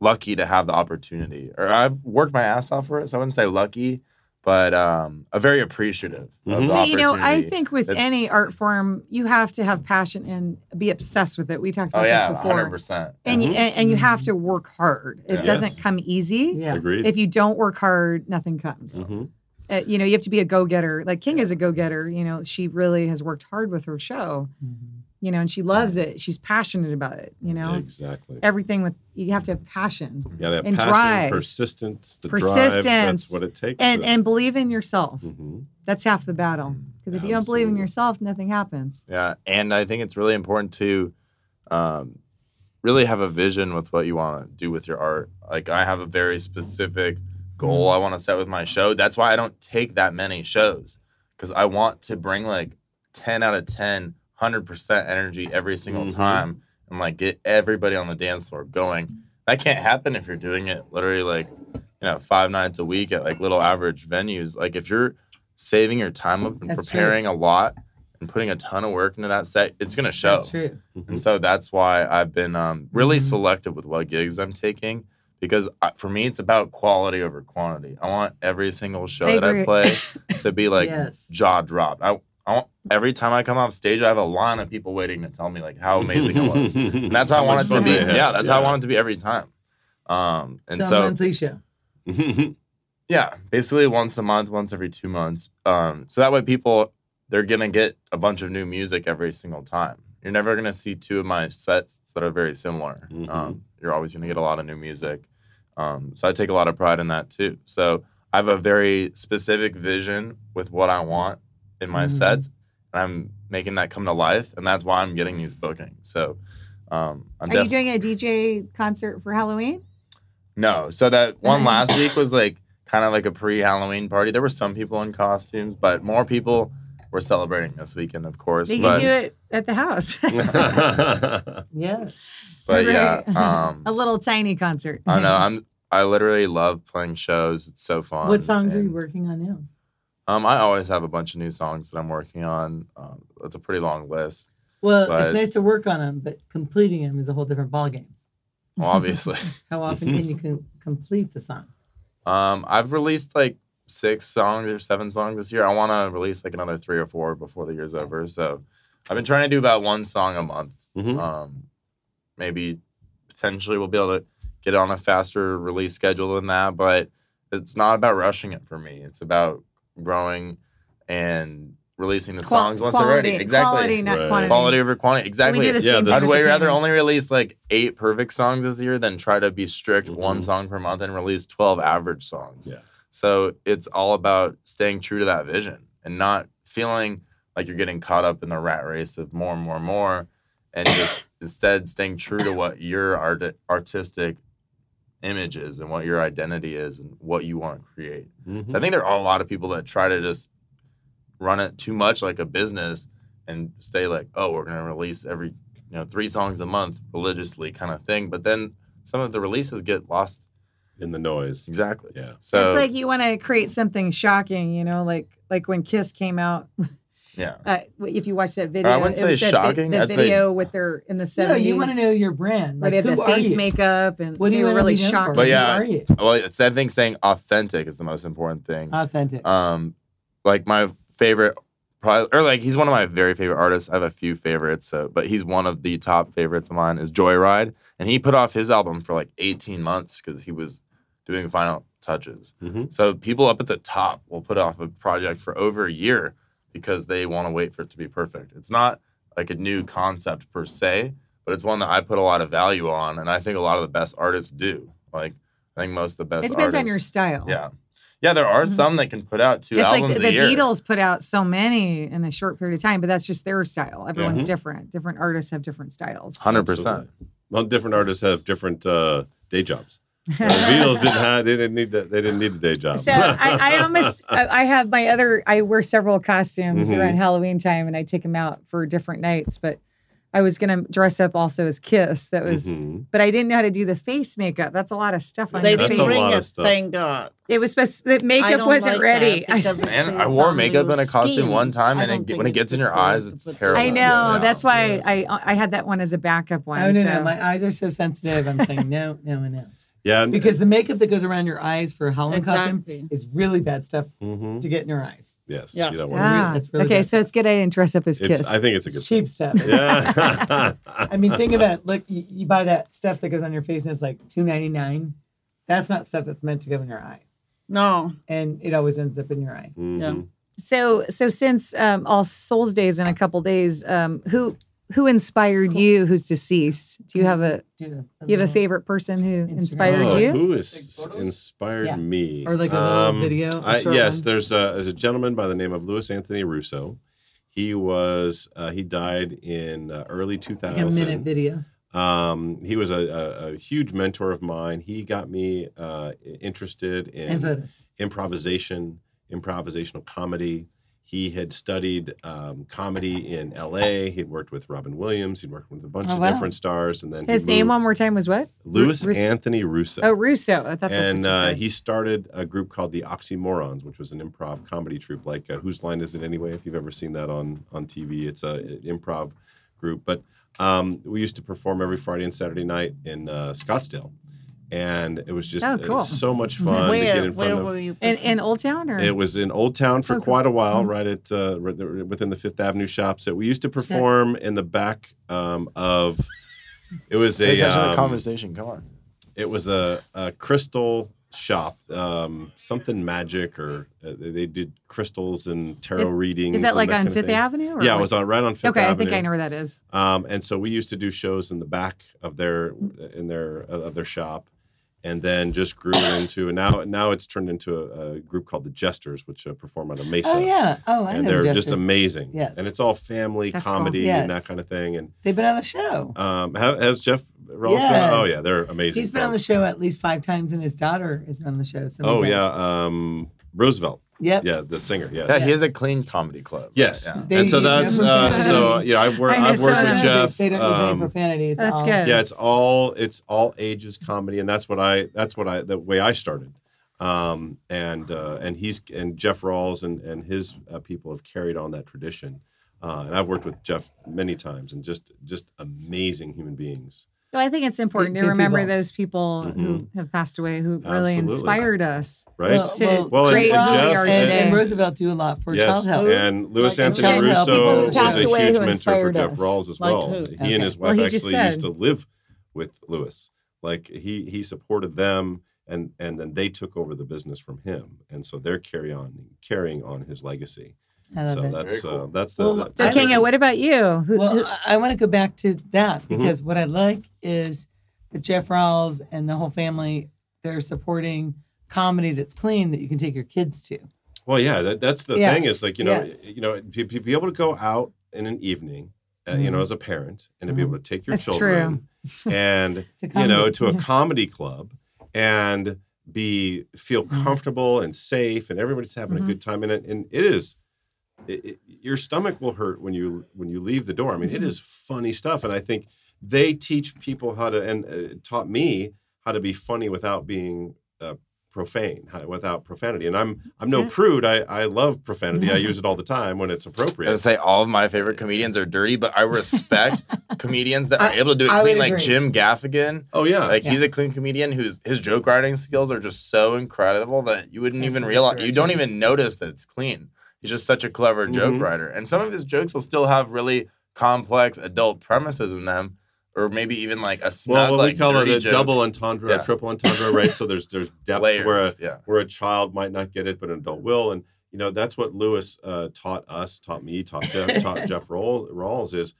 [SPEAKER 2] lucky to have the opportunity. Or I've worked my ass off for it. So I wouldn't say lucky, but um, a very appreciative of
[SPEAKER 3] Mhm.
[SPEAKER 2] the
[SPEAKER 4] But, Mm-hmm. you
[SPEAKER 2] opportunity.
[SPEAKER 4] know, I think with
[SPEAKER 2] That's-
[SPEAKER 4] any art form, you have to have passion and be obsessed with it. We talked about
[SPEAKER 2] oh yeah,
[SPEAKER 4] this before.
[SPEAKER 2] hundred percent. Mm-hmm.
[SPEAKER 4] And, you
[SPEAKER 3] Mhm.
[SPEAKER 4] and, and you have to work hard. It
[SPEAKER 2] Yeah.
[SPEAKER 4] doesn't
[SPEAKER 3] Yes.
[SPEAKER 4] come easy.
[SPEAKER 1] Yeah.
[SPEAKER 3] Agreed.
[SPEAKER 4] If you don't work hard, nothing comes.
[SPEAKER 2] Mm.
[SPEAKER 3] Mhm.
[SPEAKER 4] Uh, you know, you have to be a go getter. Like King is a go getter. You know, she really has worked hard with her show,
[SPEAKER 1] Mm-hmm.
[SPEAKER 4] you know, and she loves it. She's passionate about it, you know.
[SPEAKER 3] Exactly.
[SPEAKER 4] Everything with, you have to have passion.
[SPEAKER 3] You gotta have
[SPEAKER 4] and
[SPEAKER 3] passion,
[SPEAKER 4] drive.
[SPEAKER 3] persistence, the Drive,
[SPEAKER 4] Persistence.
[SPEAKER 3] that's what it takes.
[SPEAKER 4] and and believe in yourself.
[SPEAKER 2] Mm.
[SPEAKER 3] hmm
[SPEAKER 4] That's half the battle. Because if you don't believe in
[SPEAKER 3] Absolutely.
[SPEAKER 4] yourself, nothing happens.
[SPEAKER 2] Yeah, and I think it's really important to um, really have a vision with what you want to do with your art. Like I have a very specific
[SPEAKER 1] Mm-hmm.
[SPEAKER 2] goal I want to set with my show. That's why I don't take that many shows because I want to bring like 10 out of 10, 100% energy every single
[SPEAKER 1] Mm-hmm.
[SPEAKER 3] Mhm.
[SPEAKER 2] time and like get everybody on the dance floor going. That can't happen if you're doing it literally like, you know, five nights a week at like little average venues. Like if you're saving your time up and
[SPEAKER 1] That's true.
[SPEAKER 2] preparing a lot and putting a ton of work into that set, it's going to show.
[SPEAKER 1] That's true.
[SPEAKER 3] Mm-hmm.
[SPEAKER 2] And so that's why I've been um, really selective with what gigs I'm taking because I, for me, it's about quality over quantity. I want every single show
[SPEAKER 4] I
[SPEAKER 2] that I
[SPEAKER 4] agree.
[SPEAKER 2] play to be like
[SPEAKER 1] Yes.
[SPEAKER 2] jaw dropped. I, I want, every time I come off stage, I have a line of people waiting to tell me like how amazing it
[SPEAKER 3] [LAUGHS]
[SPEAKER 2] was. And that's how, I want it to
[SPEAKER 3] fun
[SPEAKER 2] be.
[SPEAKER 3] they had.
[SPEAKER 2] Yeah, that's how I
[SPEAKER 3] [LAUGHS] Yeah.
[SPEAKER 2] want it to be every time. Um, and
[SPEAKER 1] so,
[SPEAKER 2] so
[SPEAKER 1] monthly show.
[SPEAKER 3] Mm-hmm.
[SPEAKER 2] yeah, basically once a month, once every two months. Um, so that way people they're gonna get a bunch of new music every single time. You're never gonna see two of my sets that are very similar.
[SPEAKER 4] Mm-hmm.
[SPEAKER 3] Mhm.
[SPEAKER 2] Um, you're always gonna get a lot of new music. Um, so I take a lot of pride in that too. So I have a very specific vision with what I want in my
[SPEAKER 4] Mm-hmm.
[SPEAKER 1] Mhm.
[SPEAKER 2] sets, and I'm making that come to life, and that's why I'm getting these bookings. So um, I'm
[SPEAKER 4] Are
[SPEAKER 2] definitely.
[SPEAKER 4] you doing a DJ concert for Halloween?
[SPEAKER 2] No. So that one
[SPEAKER 4] Okay.
[SPEAKER 2] last week was like kind of like a pre-Halloween party. There were some people in costumes, but more people were celebrating this weekend, of course.
[SPEAKER 4] You
[SPEAKER 2] but
[SPEAKER 4] can do it at the house. [LAUGHS]
[SPEAKER 1] Yes.
[SPEAKER 2] but
[SPEAKER 4] [LAUGHS] Right.
[SPEAKER 2] yeah, um,
[SPEAKER 4] a little tiny concert.
[SPEAKER 2] I
[SPEAKER 4] [LAUGHS]
[SPEAKER 2] know I'm. I literally love playing shows. It's so fun.
[SPEAKER 1] What songs are you
[SPEAKER 2] And,
[SPEAKER 1] working on now?
[SPEAKER 2] Um, I always have a bunch of new songs that I'm working on. Um, that's a pretty long
[SPEAKER 4] [LAUGHS]
[SPEAKER 2] list,
[SPEAKER 1] Well,
[SPEAKER 2] But-
[SPEAKER 1] it's nice to work on them, but completing them is a whole different ballgame.
[SPEAKER 2] obviously.
[SPEAKER 1] How often
[SPEAKER 2] [LAUGHS]
[SPEAKER 1] can you con- complete the song?
[SPEAKER 2] um, I've released like six songs or seven songs this year. I want to release like another three or four before the year's over. So I've been trying to do about one song a month
[SPEAKER 4] Mm-hmm.
[SPEAKER 3] Mhm.
[SPEAKER 2] Um, maybe potentially we'll be able to get on a faster release schedule than that, but it's not about rushing it for me. It's about growing and releasing the
[SPEAKER 4] Qual-
[SPEAKER 2] songs once
[SPEAKER 4] quality,
[SPEAKER 2] they're ready. Exactly.
[SPEAKER 4] Quality, not
[SPEAKER 3] Right.
[SPEAKER 4] quantity.
[SPEAKER 2] Quality over quantity.
[SPEAKER 4] We do
[SPEAKER 2] Exactly.
[SPEAKER 4] the
[SPEAKER 3] Yeah,
[SPEAKER 4] same
[SPEAKER 3] this-
[SPEAKER 2] I'd
[SPEAKER 4] thing.
[SPEAKER 2] way rather only release like eight perfect songs this year than try to be strict one
[SPEAKER 3] Mhm.
[SPEAKER 2] song per month and release 12 average songs.
[SPEAKER 3] Yeah.
[SPEAKER 2] So it's all about staying true to that vision and not feeling like you're getting caught up in the rat race of more and more and more and just [COUGHS] instead staying true to what your art- artistic image is and what your identity is and what you want to create. So I think there are a lot of people that try to just run it too much like a business and stay like, oh, we're gonna release every you know three songs a month religiously kind of thing. But then some of the releases get lost.
[SPEAKER 3] In the noise.
[SPEAKER 2] Exactly.
[SPEAKER 3] Yeah.
[SPEAKER 2] So
[SPEAKER 4] it's like you want to create something shocking, you know, like like when Kiss came out.
[SPEAKER 2] yeah,
[SPEAKER 4] [LAUGHS] Uh, if you watch that video,
[SPEAKER 2] wouldn't
[SPEAKER 4] it
[SPEAKER 2] say
[SPEAKER 4] was that vi-
[SPEAKER 2] shocking.
[SPEAKER 4] That
[SPEAKER 2] I'd say-
[SPEAKER 4] video with their in the
[SPEAKER 1] No,
[SPEAKER 4] seventies.
[SPEAKER 1] you want to know your brand. Like,
[SPEAKER 4] where they had
[SPEAKER 1] who
[SPEAKER 4] the
[SPEAKER 1] are
[SPEAKER 4] face
[SPEAKER 1] you?
[SPEAKER 4] makeup and
[SPEAKER 1] What do
[SPEAKER 4] they
[SPEAKER 1] you
[SPEAKER 4] were
[SPEAKER 1] want
[SPEAKER 4] really
[SPEAKER 1] to be known for?
[SPEAKER 4] shocking.
[SPEAKER 2] But
[SPEAKER 1] Who
[SPEAKER 2] yeah.
[SPEAKER 1] are you?
[SPEAKER 2] well, it's that thing saying authentic is the most important thing.
[SPEAKER 4] Uh,
[SPEAKER 1] Authentic.
[SPEAKER 3] Uh,
[SPEAKER 2] Um, like my favorite, probably, or like he's one of my very favorite artists. I have a few favorites, so but he's one of the top favorites of mine is Joyride, and he put off his album for like 18 months because he was doing final touches.
[SPEAKER 3] Mhm.
[SPEAKER 2] So people up at the top will put off a project for over a year because they want to wait for it to be perfect. It's not like a new concept per se, but it's one that I put a lot of value on, and I think a lot of the best artists do. Like I think most of the best.
[SPEAKER 4] it depends
[SPEAKER 2] artists,
[SPEAKER 4] on your style.
[SPEAKER 2] Yeah, yeah. There are
[SPEAKER 4] Mhm.
[SPEAKER 2] some that can put out two
[SPEAKER 4] Just like
[SPEAKER 2] albums
[SPEAKER 4] the, the
[SPEAKER 2] a year.
[SPEAKER 4] Beatles put out so many in a short period of time, but that's just their style. Everyone's
[SPEAKER 3] Mhm.
[SPEAKER 2] Mm-hmm.
[SPEAKER 4] different. Different artists have different styles.
[SPEAKER 2] Hundred percent.
[SPEAKER 3] Absolutely. Well, different artists have different uh, day
[SPEAKER 4] [LAUGHS]
[SPEAKER 3] jobs. The Beatles didn't have. They didn't need. The, they didn't need a day job.
[SPEAKER 4] So I,
[SPEAKER 3] [LAUGHS]
[SPEAKER 4] I almost I I have my other I wear several costumes
[SPEAKER 3] Mhm.
[SPEAKER 4] around Halloween time and I take them out for different nights. But I was gonna dress up also as Kiss. That was,
[SPEAKER 3] Mhm.
[SPEAKER 4] but I didn't know how to do the face makeup. That's a lot of stuff on
[SPEAKER 5] They
[SPEAKER 4] your
[SPEAKER 3] That's a
[SPEAKER 5] didn't bring
[SPEAKER 4] face.
[SPEAKER 3] lot of
[SPEAKER 5] it,
[SPEAKER 3] stuff.
[SPEAKER 5] thank God.
[SPEAKER 4] It was supposed the
[SPEAKER 5] I
[SPEAKER 4] makeup
[SPEAKER 5] don't
[SPEAKER 4] wasn't
[SPEAKER 5] like that
[SPEAKER 4] ready. I, [LAUGHS]
[SPEAKER 5] because it
[SPEAKER 2] And I
[SPEAKER 5] brings
[SPEAKER 2] wore
[SPEAKER 5] on
[SPEAKER 2] makeup
[SPEAKER 5] your
[SPEAKER 2] and a costume
[SPEAKER 5] skin.
[SPEAKER 2] one time,
[SPEAKER 5] I
[SPEAKER 2] and
[SPEAKER 5] don't
[SPEAKER 2] it, get-
[SPEAKER 5] think
[SPEAKER 2] when it
[SPEAKER 5] it's
[SPEAKER 2] gets in
[SPEAKER 5] good
[SPEAKER 2] your
[SPEAKER 5] for you
[SPEAKER 2] eyes,
[SPEAKER 5] to
[SPEAKER 2] it's
[SPEAKER 5] put that
[SPEAKER 2] terrible.
[SPEAKER 4] I
[SPEAKER 5] on.
[SPEAKER 4] know.
[SPEAKER 2] Yeah.
[SPEAKER 4] That's why
[SPEAKER 3] Yes.
[SPEAKER 4] I I had that one as a backup one.
[SPEAKER 1] Oh no,
[SPEAKER 4] so.
[SPEAKER 1] no, my eyes are so sensitive. I'm saying no, no,
[SPEAKER 3] [LAUGHS]
[SPEAKER 1] and no,
[SPEAKER 3] yeah. and-
[SPEAKER 1] because the makeup that goes around your eyes for a Halloween costume
[SPEAKER 5] Exactly.
[SPEAKER 1] is really bad stuff
[SPEAKER 3] Mhm.
[SPEAKER 1] to get in your eyes.
[SPEAKER 3] Yes.
[SPEAKER 5] Yeah.
[SPEAKER 3] You don't want
[SPEAKER 4] Ah,
[SPEAKER 1] That's really
[SPEAKER 4] okay,
[SPEAKER 1] good.
[SPEAKER 4] so it's good I didn't dress up as
[SPEAKER 3] to- it's,
[SPEAKER 4] Kiss.
[SPEAKER 3] I think it's a good.
[SPEAKER 1] It's cheap stuff.
[SPEAKER 3] thing. [LAUGHS] Yeah.
[SPEAKER 1] [LAUGHS] I
[SPEAKER 3] [LAUGHS]
[SPEAKER 1] mean, think about it. Look, you, you buy that stuff that goes on your face, and it's like two ninety nine. That's not stuff that's meant to go in your eye,
[SPEAKER 5] No,
[SPEAKER 1] and it always ends up in your eye.
[SPEAKER 3] Mhm.
[SPEAKER 4] so so since um, All Souls Days in a couple days, um, who who inspired you? Who's deceased? Do you have a
[SPEAKER 1] Do
[SPEAKER 4] you have a
[SPEAKER 1] little-
[SPEAKER 4] favorite person who
[SPEAKER 1] Instagram.
[SPEAKER 4] inspired
[SPEAKER 3] Oh,
[SPEAKER 4] you?
[SPEAKER 3] Who is
[SPEAKER 1] Like photos?
[SPEAKER 3] inspired
[SPEAKER 1] Yeah.
[SPEAKER 3] me? Um,
[SPEAKER 1] Or like a little video, a
[SPEAKER 3] I,
[SPEAKER 1] short
[SPEAKER 3] yes,
[SPEAKER 1] one?
[SPEAKER 3] there's a there's a gentleman by the name of Louis Anthony Russo. He was uh, he died in uh, early 2000.
[SPEAKER 1] Like a minute video.
[SPEAKER 3] Um, he was a, a, a huge mentor of mine. He got me uh, interested
[SPEAKER 1] And
[SPEAKER 3] in
[SPEAKER 1] photos.
[SPEAKER 3] improvisation, improvisational comedy. He had studied um, comedy in L.A. He'd worked with Robin Williams. He'd worked with a bunch
[SPEAKER 1] Oh,
[SPEAKER 3] of
[SPEAKER 1] wow.
[SPEAKER 3] different stars, and then he
[SPEAKER 4] His name
[SPEAKER 3] moved-
[SPEAKER 4] one more time was what?
[SPEAKER 3] Louis
[SPEAKER 4] Russo.
[SPEAKER 3] Anthony Russo.
[SPEAKER 4] Oh, Russo. I thought that's what
[SPEAKER 3] and
[SPEAKER 4] you
[SPEAKER 3] uh,
[SPEAKER 4] said.
[SPEAKER 3] he started a group called the Oxymorons, which was an improv comedy troupe. Like, uh, whose line is it anyway? If you've ever seen that on on TV, it's a an improv group. But um, we used to perform every Friday and Saturday night in uh, Scottsdale, and it was just
[SPEAKER 4] Oh,
[SPEAKER 3] uh,
[SPEAKER 4] cool.
[SPEAKER 3] so much
[SPEAKER 4] [LAUGHS]
[SPEAKER 3] fun to get
[SPEAKER 5] where
[SPEAKER 3] in front
[SPEAKER 5] where
[SPEAKER 3] of.
[SPEAKER 5] were you?
[SPEAKER 4] in,
[SPEAKER 5] put
[SPEAKER 4] in Old Town or
[SPEAKER 3] It was in Old Town for
[SPEAKER 4] Oh, cool.
[SPEAKER 3] quite a while, right at uh, right there- within the Fifth Avenue shops. That we used to perform in the back um, of. It was
[SPEAKER 2] Pay
[SPEAKER 3] a
[SPEAKER 2] attention to the
[SPEAKER 3] um,
[SPEAKER 2] conversation. Come on.
[SPEAKER 3] it was a, a crystal shop, um, something magic, or uh, they they did crystals and tarot
[SPEAKER 4] Is-
[SPEAKER 3] readings.
[SPEAKER 4] is that
[SPEAKER 3] and
[SPEAKER 4] like on
[SPEAKER 3] kind of
[SPEAKER 4] Fifth
[SPEAKER 3] thing.
[SPEAKER 4] Avenue? Or
[SPEAKER 3] Yeah, it
[SPEAKER 4] what?
[SPEAKER 3] was on right on Fifth
[SPEAKER 4] Okay, I
[SPEAKER 3] Avenue.
[SPEAKER 4] think I know where that is.
[SPEAKER 3] Um, and so we used to do shows in the back of their
[SPEAKER 1] Mm.
[SPEAKER 3] in their uh, of their shop, and then just grew it into and now now it's turned into a, a group called the Jesters, which uh, perform out of Mesa.
[SPEAKER 1] Oh yeah. Oh, I
[SPEAKER 3] And
[SPEAKER 1] know.
[SPEAKER 3] they're
[SPEAKER 1] Justers.
[SPEAKER 3] just amazing.
[SPEAKER 1] Yes.
[SPEAKER 3] And it's all family
[SPEAKER 4] That's cool.
[SPEAKER 3] comedy and
[SPEAKER 1] Yes.
[SPEAKER 3] that kind of thing. And
[SPEAKER 1] They've been on the show.
[SPEAKER 3] um, ha- has Jeff Rawls
[SPEAKER 1] Yes.
[SPEAKER 3] been? Oh, yeah, they're amazing.
[SPEAKER 1] He's been on the
[SPEAKER 3] folks.
[SPEAKER 1] show at least five times, and his daughter has been on the show. So many
[SPEAKER 3] Oh
[SPEAKER 1] times.
[SPEAKER 3] yeah, um, Roosevelt.
[SPEAKER 1] Yep.
[SPEAKER 3] Yeah, the singer. Yes.
[SPEAKER 2] Yeah, he has a
[SPEAKER 1] Yes.
[SPEAKER 2] clean comedy club.
[SPEAKER 3] Yes.
[SPEAKER 2] Yeah.
[SPEAKER 1] They
[SPEAKER 3] and so
[SPEAKER 1] use
[SPEAKER 3] that's
[SPEAKER 1] [LAUGHS] them.
[SPEAKER 3] uh, so you know I've worked
[SPEAKER 4] I know
[SPEAKER 3] I've worked
[SPEAKER 4] some of
[SPEAKER 3] with
[SPEAKER 4] them.
[SPEAKER 3] Jeff.
[SPEAKER 1] They don't use any
[SPEAKER 3] um,
[SPEAKER 1] profanity. It's
[SPEAKER 4] That's
[SPEAKER 1] all-
[SPEAKER 4] good.
[SPEAKER 3] yeah, it's all it's all ages comedy, and that's what I that's what I the way I started. Um, and uh, and he's and Jeff Rawls and and his uh, people have carried on that tradition. Uh, and I've worked with Jeff many times, and just just amazing human beings.
[SPEAKER 4] So I think it's important
[SPEAKER 1] Good-
[SPEAKER 4] to
[SPEAKER 1] good
[SPEAKER 4] remember
[SPEAKER 1] people.
[SPEAKER 4] those people who have passed away who really
[SPEAKER 3] Absolutely.
[SPEAKER 4] inspired us.
[SPEAKER 3] Right?
[SPEAKER 4] To
[SPEAKER 3] Well, and-
[SPEAKER 4] create
[SPEAKER 3] and
[SPEAKER 4] who we
[SPEAKER 3] Jeff
[SPEAKER 4] are
[SPEAKER 1] and,
[SPEAKER 4] today.
[SPEAKER 1] and Roosevelt do a lot for child
[SPEAKER 3] yes,
[SPEAKER 1] health.
[SPEAKER 3] and Louis
[SPEAKER 5] Like
[SPEAKER 3] Anthony
[SPEAKER 5] who? People
[SPEAKER 3] Russo
[SPEAKER 5] who
[SPEAKER 3] was
[SPEAKER 4] passed
[SPEAKER 3] a
[SPEAKER 4] away
[SPEAKER 3] huge
[SPEAKER 4] who
[SPEAKER 3] mentor for
[SPEAKER 4] inspired
[SPEAKER 3] Jeff
[SPEAKER 4] us.
[SPEAKER 3] Rawls as
[SPEAKER 5] Like
[SPEAKER 3] well.
[SPEAKER 5] who?
[SPEAKER 3] He
[SPEAKER 1] Okay.
[SPEAKER 3] and his wife
[SPEAKER 4] Well, he just
[SPEAKER 3] actually
[SPEAKER 4] said.
[SPEAKER 3] used to live with Louis. Like he he supported them, and and then they took over the business from him, and so they're carry on carrying on his legacy.
[SPEAKER 1] I love
[SPEAKER 3] so
[SPEAKER 1] it.
[SPEAKER 2] Very
[SPEAKER 3] that's
[SPEAKER 2] cool.
[SPEAKER 3] uh, that's the.
[SPEAKER 1] Well,
[SPEAKER 3] the-
[SPEAKER 4] So
[SPEAKER 1] I-
[SPEAKER 4] Kenya, what about you? Who,
[SPEAKER 1] Well,
[SPEAKER 4] who-
[SPEAKER 1] I, want to go back to that
[SPEAKER 3] Mm-hmm.
[SPEAKER 1] because what I like is that Jeff Rawls and the whole family they're supporting comedy that's clean that you can take your kids to.
[SPEAKER 3] Well, yeah, that, that's the
[SPEAKER 1] Yes,
[SPEAKER 3] thing is like you know
[SPEAKER 1] yes.
[SPEAKER 3] you know to, to be able to go out in an evening, uh, you know, as a parent, and to be able to take your
[SPEAKER 4] That's
[SPEAKER 3] children and
[SPEAKER 1] To
[SPEAKER 3] you
[SPEAKER 1] comedy.
[SPEAKER 3] know
[SPEAKER 1] [LAUGHS]
[SPEAKER 3] to a comedy club and be feel comfortable and safe, and everybody's having
[SPEAKER 4] Mhm.
[SPEAKER 3] a good time. And it and it is. It, it, your stomach will hurt when you when you leave the door. I mean, it is funny stuff, and I think they teach people how to and uh, taught me how to be funny without being uh, profane how, without profanity and i'm i'm no
[SPEAKER 4] Yeah.
[SPEAKER 3] prude i i love profanity i use it all the time when it's
[SPEAKER 2] I would
[SPEAKER 3] appropriate
[SPEAKER 2] say all of my favorite comedians are dirty, but I
[SPEAKER 3] [LAUGHS]
[SPEAKER 2] respect comedians that are able to do it
[SPEAKER 1] I would
[SPEAKER 2] clean, like
[SPEAKER 1] agree.
[SPEAKER 2] Jim Gaffigan.
[SPEAKER 3] oh yeah
[SPEAKER 2] Like he's a clean comedian whose his joke writing skills are just so incredible that you wouldn't
[SPEAKER 1] That's
[SPEAKER 2] even
[SPEAKER 1] an
[SPEAKER 2] realize you don't
[SPEAKER 1] inspiration.
[SPEAKER 2] even notice that it's clean. He's just such a clever joke
[SPEAKER 3] Mhm.
[SPEAKER 2] writer. And some of his jokes will still have really complex adult premises in them, or maybe even like a snug
[SPEAKER 3] well, well
[SPEAKER 2] like
[SPEAKER 3] we call it
[SPEAKER 2] dirty
[SPEAKER 3] a
[SPEAKER 2] joke.
[SPEAKER 3] double entendre
[SPEAKER 2] Yeah.
[SPEAKER 3] a triple entendre right so there's there's
[SPEAKER 2] [LAUGHS]
[SPEAKER 3] depth
[SPEAKER 2] layers.
[SPEAKER 3] where a
[SPEAKER 2] yeah.
[SPEAKER 3] where a child might not get it but an adult will and you know that's what lewis uh, taught us taught me taught jeff taught jeff Roll, rawls is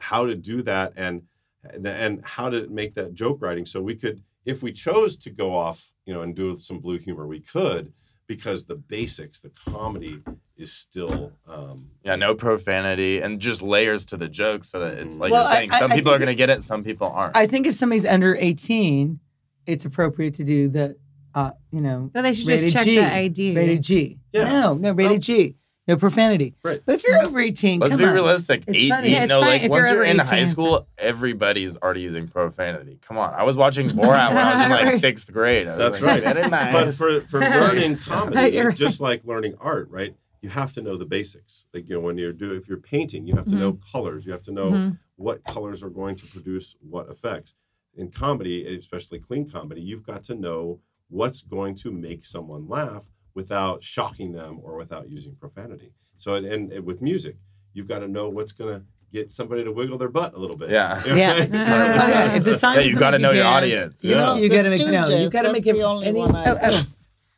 [SPEAKER 3] how to do that and and- and how to make that joke writing. So we could, if we chose to go off, you know, and do some blue humor, we could because the basics, the comedy is still. Um,
[SPEAKER 2] Yeah, no profanity and just layers to the joke so that it's like
[SPEAKER 3] Mm-hmm.
[SPEAKER 1] Well,
[SPEAKER 2] you're saying,
[SPEAKER 1] I- I-
[SPEAKER 2] some
[SPEAKER 1] I
[SPEAKER 2] people are
[SPEAKER 1] think
[SPEAKER 2] going to get it, some people aren't.
[SPEAKER 1] I think if somebody's under 18, it's appropriate to do the, uh, you know,
[SPEAKER 4] No, they should just
[SPEAKER 1] Rated
[SPEAKER 4] check
[SPEAKER 1] G.
[SPEAKER 4] the ID.
[SPEAKER 1] rated G.
[SPEAKER 3] Yeah.
[SPEAKER 1] No, no, rated
[SPEAKER 3] Um,
[SPEAKER 1] G. No profanity.
[SPEAKER 3] Right.
[SPEAKER 1] But if you're over 18,
[SPEAKER 2] Let's
[SPEAKER 1] come
[SPEAKER 2] be
[SPEAKER 1] on.
[SPEAKER 2] realistic.
[SPEAKER 1] It's
[SPEAKER 2] Eight,
[SPEAKER 1] funny.
[SPEAKER 2] you
[SPEAKER 1] Yeah,
[SPEAKER 4] it's
[SPEAKER 2] know,
[SPEAKER 4] fine
[SPEAKER 2] like
[SPEAKER 4] if
[SPEAKER 2] once
[SPEAKER 4] you're
[SPEAKER 2] you're,
[SPEAKER 4] over
[SPEAKER 2] in
[SPEAKER 4] 18,
[SPEAKER 2] high
[SPEAKER 4] it's
[SPEAKER 2] school, everybody's already using profanity. Come on, I was watching Borat when
[SPEAKER 1] [LAUGHS]
[SPEAKER 2] I was in like
[SPEAKER 4] Right.
[SPEAKER 2] sixth grade. I was
[SPEAKER 3] That's
[SPEAKER 2] like,
[SPEAKER 3] right.
[SPEAKER 2] That ain't
[SPEAKER 3] But
[SPEAKER 2] nice.
[SPEAKER 3] for, for learning comedy,
[SPEAKER 4] You're
[SPEAKER 3] like, just like learning art, right? You have to know the basics. Like you know, when you're do if you're painting, you have to know colors. You have to know
[SPEAKER 4] Mhm.
[SPEAKER 3] what colors are going to produce what effects. In comedy, especially clean comedy, you've got to know what's going to make someone laugh without shocking them or without using profanity. So, and, and, with music, you've got to know what's going to get somebody to wiggle their butt a little bit. [LAUGHS]
[SPEAKER 2] Yeah.
[SPEAKER 1] Yeah. Oh, yeah. If the sign
[SPEAKER 2] Yeah, you
[SPEAKER 1] doesn't
[SPEAKER 2] gotta
[SPEAKER 1] make
[SPEAKER 2] know your
[SPEAKER 1] dance,
[SPEAKER 2] audience.
[SPEAKER 1] You, know,
[SPEAKER 3] Yeah.
[SPEAKER 1] you
[SPEAKER 5] The
[SPEAKER 1] gotta make no. You
[SPEAKER 5] Stooges,
[SPEAKER 1] gotta
[SPEAKER 5] that's
[SPEAKER 1] make
[SPEAKER 5] the only
[SPEAKER 1] any,
[SPEAKER 5] one I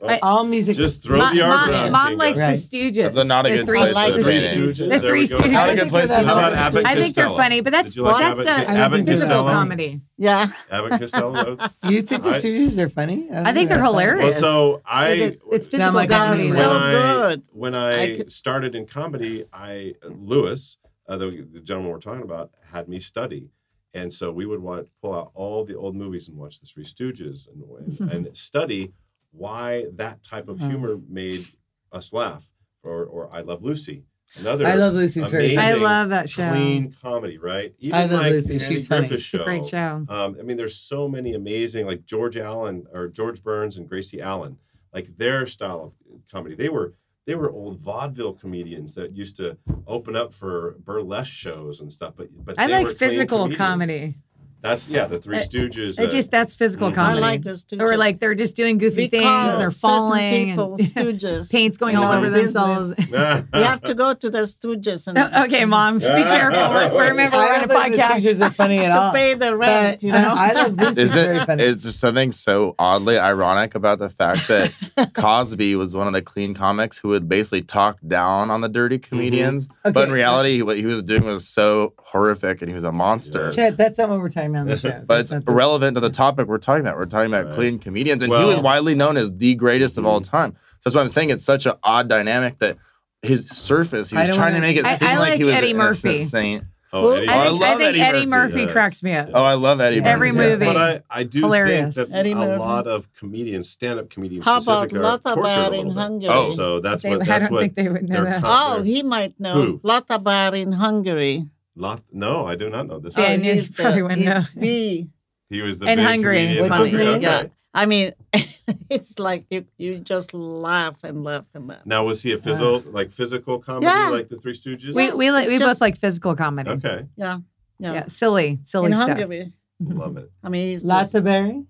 [SPEAKER 4] Oh, oh.
[SPEAKER 1] all music.
[SPEAKER 3] Just throw
[SPEAKER 4] Mom,
[SPEAKER 3] the art
[SPEAKER 4] Mom-
[SPEAKER 3] around.
[SPEAKER 4] Mom
[SPEAKER 3] Kinga.
[SPEAKER 4] likes
[SPEAKER 1] Right.
[SPEAKER 4] the Stooges.
[SPEAKER 2] That's not a
[SPEAKER 4] [LAUGHS] the
[SPEAKER 2] good
[SPEAKER 4] three
[SPEAKER 2] place
[SPEAKER 4] Stooges.
[SPEAKER 1] like
[SPEAKER 2] to
[SPEAKER 1] the
[SPEAKER 2] bring
[SPEAKER 1] Stooges.
[SPEAKER 2] it.
[SPEAKER 1] The
[SPEAKER 3] There
[SPEAKER 4] Three
[SPEAKER 3] we go.
[SPEAKER 4] Stooges.
[SPEAKER 2] Not a good place to
[SPEAKER 3] How about Abbott
[SPEAKER 4] I think they're
[SPEAKER 3] Costello?
[SPEAKER 4] funny, but that's
[SPEAKER 3] Did you like Abbott-
[SPEAKER 4] that's a
[SPEAKER 1] I
[SPEAKER 3] Abbott
[SPEAKER 1] think they're
[SPEAKER 4] physical
[SPEAKER 3] Costello?
[SPEAKER 4] comedy.
[SPEAKER 5] Yeah.
[SPEAKER 3] Abbott Costello.
[SPEAKER 1] You think the
[SPEAKER 3] I-
[SPEAKER 1] studios are funny?
[SPEAKER 4] I think they're
[SPEAKER 3] well,
[SPEAKER 4] hilarious.
[SPEAKER 3] so I
[SPEAKER 4] It- it's physical
[SPEAKER 1] like comedy.
[SPEAKER 4] comedy.
[SPEAKER 3] when
[SPEAKER 5] So
[SPEAKER 3] I
[SPEAKER 5] good.
[SPEAKER 3] when I,
[SPEAKER 5] I could-
[SPEAKER 3] started in comedy, I Lewis, uh, the, the gentleman we're talking about, had me study, and so we would watch, pull out all the old movies and watch the Three Stooges and and, and study why that type of
[SPEAKER 1] Wow.
[SPEAKER 3] humor made us laugh, or or I Love Lucy, another
[SPEAKER 1] I love Lucy's very
[SPEAKER 3] amazing
[SPEAKER 4] I love that show.
[SPEAKER 3] clean comedy, right? Even
[SPEAKER 1] I love
[SPEAKER 3] like
[SPEAKER 1] Lucy,
[SPEAKER 3] the Andy
[SPEAKER 1] she's funny.
[SPEAKER 3] Griffith
[SPEAKER 4] It's a great show.
[SPEAKER 3] um, I mean, there's so many amazing, like George Allen or George Burns and Gracie Allen, like their style of comedy. They were they were old vaudeville comedians that used to open up for burlesque shows and stuff. But but
[SPEAKER 4] I
[SPEAKER 3] they
[SPEAKER 4] like
[SPEAKER 3] were clean
[SPEAKER 4] physical
[SPEAKER 3] comedians.
[SPEAKER 4] comedy.
[SPEAKER 3] That's yeah, the Three
[SPEAKER 4] It-
[SPEAKER 3] Stooges.
[SPEAKER 4] It
[SPEAKER 3] uh, [LAUGHS]
[SPEAKER 4] just [LAUGHS] that's physical
[SPEAKER 3] Mhm.
[SPEAKER 5] I
[SPEAKER 4] comedy.
[SPEAKER 5] like this too.
[SPEAKER 4] or like they're just doing goofy things and they're falling [LAUGHS]
[SPEAKER 5] People,
[SPEAKER 4] and
[SPEAKER 5] stooges.
[SPEAKER 4] paint's going all
[SPEAKER 3] Yeah.
[SPEAKER 4] over
[SPEAKER 5] Business.
[SPEAKER 4] themselves. [LAUGHS]
[SPEAKER 5] You have to go to the stooges and
[SPEAKER 3] [LAUGHS]
[SPEAKER 4] okay, mom, be careful. We're- we're- Remember, we're
[SPEAKER 1] I
[SPEAKER 4] in a
[SPEAKER 1] don't think the
[SPEAKER 4] podcast.
[SPEAKER 1] studios are funny at
[SPEAKER 5] to
[SPEAKER 1] all.
[SPEAKER 5] pay the rent,
[SPEAKER 1] But
[SPEAKER 5] you know.
[SPEAKER 1] I love Lucy's
[SPEAKER 2] Is
[SPEAKER 1] very
[SPEAKER 2] it?
[SPEAKER 1] funny.
[SPEAKER 2] Is there something so oddly ironic about the
[SPEAKER 1] [LAUGHS]
[SPEAKER 2] fact that Cosby was one of the clean comics who would basically talk down on the dirty
[SPEAKER 3] Mm-hmm.
[SPEAKER 2] comedians, but
[SPEAKER 1] Okay.
[SPEAKER 2] in reality, what he was doing was so horrific, and he was a monster.
[SPEAKER 3] Yeah.
[SPEAKER 1] Chad, that's not what we're talking about on the show.
[SPEAKER 2] But it's
[SPEAKER 1] That's not the-
[SPEAKER 2] relevant to the topic we're talking about. We're talking about
[SPEAKER 3] Right.
[SPEAKER 2] clean comedians, and
[SPEAKER 3] Well- Mm.
[SPEAKER 2] he was widely known as the greatest of all time. So that's why I'm saying it's such an odd dynamic that his surface, he
[SPEAKER 1] I
[SPEAKER 2] was
[SPEAKER 1] don't
[SPEAKER 2] trying to
[SPEAKER 1] wanna-
[SPEAKER 2] make it
[SPEAKER 4] I-
[SPEAKER 2] seem
[SPEAKER 4] I
[SPEAKER 2] like,
[SPEAKER 4] like
[SPEAKER 2] he was
[SPEAKER 4] Eddie
[SPEAKER 2] an innocent
[SPEAKER 4] Murphy.
[SPEAKER 2] saint.
[SPEAKER 3] oh,
[SPEAKER 5] Who-
[SPEAKER 3] Eddie
[SPEAKER 4] I
[SPEAKER 2] Oh, I
[SPEAKER 3] Murphy.
[SPEAKER 4] think, I
[SPEAKER 2] love
[SPEAKER 4] think
[SPEAKER 2] Eddie
[SPEAKER 4] Eddie
[SPEAKER 2] Murphy.
[SPEAKER 4] Murphy, cracks me up.
[SPEAKER 2] Oh, I love Eddie.
[SPEAKER 4] Every
[SPEAKER 2] Murphy.
[SPEAKER 4] movie.
[SPEAKER 3] But I, I do
[SPEAKER 4] Hilarious.
[SPEAKER 3] think that
[SPEAKER 5] Eddie
[SPEAKER 3] a
[SPEAKER 5] Murphy.
[SPEAKER 3] lot of comedians, stand-up comedians
[SPEAKER 5] How about
[SPEAKER 3] specifically, are tortured
[SPEAKER 5] Lotabar
[SPEAKER 3] uh, a
[SPEAKER 5] in
[SPEAKER 3] little bit.
[SPEAKER 5] Hungary?
[SPEAKER 2] Oh.
[SPEAKER 3] So that's
[SPEAKER 4] They-
[SPEAKER 3] what
[SPEAKER 4] I
[SPEAKER 3] that's
[SPEAKER 4] don't
[SPEAKER 3] what
[SPEAKER 4] think they would know
[SPEAKER 3] their
[SPEAKER 4] that.
[SPEAKER 3] com-
[SPEAKER 5] Oh,
[SPEAKER 3] there.
[SPEAKER 5] he might
[SPEAKER 3] Who?
[SPEAKER 5] know. Lotabar in Hungary. Oh,
[SPEAKER 3] Lot, no, I do not know this.
[SPEAKER 4] See, I knew
[SPEAKER 5] he's
[SPEAKER 4] he probably
[SPEAKER 5] the,
[SPEAKER 4] wouldn't
[SPEAKER 5] he's
[SPEAKER 4] know.
[SPEAKER 5] the-
[SPEAKER 3] He was the
[SPEAKER 4] And
[SPEAKER 3] big
[SPEAKER 4] Hungary.
[SPEAKER 3] comedian in
[SPEAKER 1] What's his
[SPEAKER 3] Hungary.
[SPEAKER 1] name?
[SPEAKER 3] Okay.
[SPEAKER 5] Yeah. I mean, [LAUGHS] it's like you, you just laugh and laugh and laugh.
[SPEAKER 3] Now was he a physical like physical comedy
[SPEAKER 5] Yeah.
[SPEAKER 3] like the Three Stooges?
[SPEAKER 4] we we, like
[SPEAKER 5] It's
[SPEAKER 4] we both
[SPEAKER 5] just-
[SPEAKER 4] like physical comedy.
[SPEAKER 3] okay,
[SPEAKER 4] Yeah.
[SPEAKER 5] Yeah.
[SPEAKER 4] silly, silly
[SPEAKER 5] in
[SPEAKER 4] stuff.
[SPEAKER 5] Hungary.
[SPEAKER 3] love it.
[SPEAKER 5] I mean, he's just,
[SPEAKER 1] Lasseberry?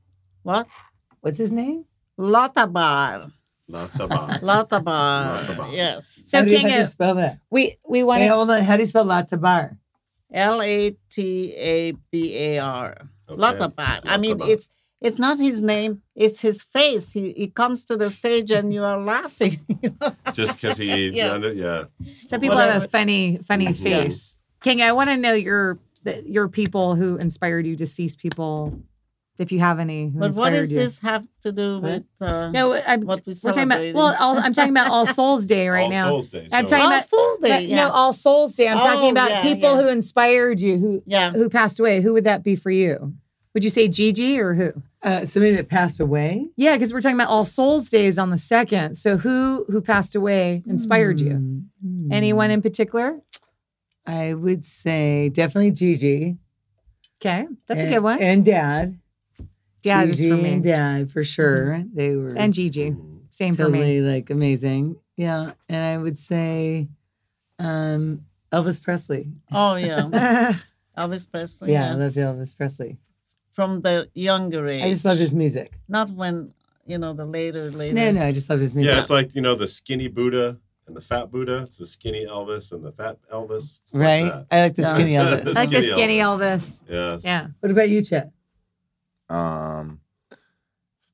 [SPEAKER 5] what?
[SPEAKER 1] What's his name?
[SPEAKER 5] Lotabar.
[SPEAKER 3] Not the bomb. Lotabar.
[SPEAKER 5] Lotabar. Yes.
[SPEAKER 4] So
[SPEAKER 1] how do you, how do you
[SPEAKER 4] Kinga,
[SPEAKER 1] spell that?
[SPEAKER 4] we we
[SPEAKER 1] Hey,
[SPEAKER 4] want
[SPEAKER 1] hold on. How do you spell Lattebar?
[SPEAKER 5] L A T A B A R.
[SPEAKER 3] Okay.
[SPEAKER 5] Lotabar. I mean,
[SPEAKER 3] Lotabar.
[SPEAKER 5] it's it's not his name, it's his face. He, he comes to the stage and you are laughing. [LAUGHS]
[SPEAKER 3] Just because he,
[SPEAKER 5] Yeah.
[SPEAKER 3] yeah.
[SPEAKER 4] to. Some people have a
[SPEAKER 5] Whatever.
[SPEAKER 4] funny funny
[SPEAKER 3] Mhm.
[SPEAKER 4] face. Kinga, I want to know your the, your people who inspired you, deceased people, if you have any. Who
[SPEAKER 5] but what
[SPEAKER 4] inspired
[SPEAKER 5] does
[SPEAKER 4] you.
[SPEAKER 5] this have to do
[SPEAKER 1] What?
[SPEAKER 5] with uh,
[SPEAKER 4] No, I'm,
[SPEAKER 5] what we
[SPEAKER 4] we're talking about.
[SPEAKER 5] celebrated?
[SPEAKER 4] Well, all, I'm talking [LAUGHS] about All Souls Day right
[SPEAKER 3] All
[SPEAKER 4] now.
[SPEAKER 3] Souls Day.
[SPEAKER 4] I'm
[SPEAKER 3] so-
[SPEAKER 4] talking
[SPEAKER 5] Oh,
[SPEAKER 4] about-
[SPEAKER 5] Full Day.
[SPEAKER 4] But,
[SPEAKER 5] yeah.
[SPEAKER 4] No, All Souls Day. I'm talking
[SPEAKER 5] Oh,
[SPEAKER 4] about
[SPEAKER 5] yeah,
[SPEAKER 4] people
[SPEAKER 5] yeah.
[SPEAKER 4] who inspired you, who
[SPEAKER 5] yeah.
[SPEAKER 4] who passed away. Who would that be for you? Would you say Gigi or who?
[SPEAKER 1] Uh, somebody that passed away?
[SPEAKER 4] Yeah, because we're talking about All Souls Days on the second. So who who passed away inspired you?
[SPEAKER 1] Hmm.
[SPEAKER 4] Anyone in particular?
[SPEAKER 1] I would say definitely Gigi.
[SPEAKER 4] Okay, that's
[SPEAKER 1] and-
[SPEAKER 4] a good one.
[SPEAKER 1] And Dad.
[SPEAKER 4] yeah, just
[SPEAKER 1] Gigi
[SPEAKER 4] for me.
[SPEAKER 1] and
[SPEAKER 4] And,
[SPEAKER 1] Dad for sure. They were
[SPEAKER 4] Gigi,
[SPEAKER 3] Mhm.
[SPEAKER 4] same for me.
[SPEAKER 1] totally like amazing. Yeah, and I would say um Elvis Presley.
[SPEAKER 5] Oh, yeah.
[SPEAKER 4] [LAUGHS] I
[SPEAKER 5] Elvis Presley.
[SPEAKER 1] yeah, I
[SPEAKER 5] Oh, Yeah.
[SPEAKER 1] loved Elvis Presley.
[SPEAKER 5] From the younger age.
[SPEAKER 1] I just loved his music.
[SPEAKER 5] Not when, you know, the later, later.
[SPEAKER 1] No, no, I just loved his music.
[SPEAKER 3] Yeah, it's like you know the skinny Buddha and the fat Buddha. It's the skinny Elvis and the fat Elvis. It's like
[SPEAKER 1] right?
[SPEAKER 3] that.
[SPEAKER 1] I like the
[SPEAKER 5] Yeah.
[SPEAKER 1] skinny Elvis.
[SPEAKER 4] like the
[SPEAKER 3] Skinny
[SPEAKER 4] skinny Elvis.
[SPEAKER 3] Elvis. Yes.
[SPEAKER 4] Yeah.
[SPEAKER 1] What about you, Chet?
[SPEAKER 2] um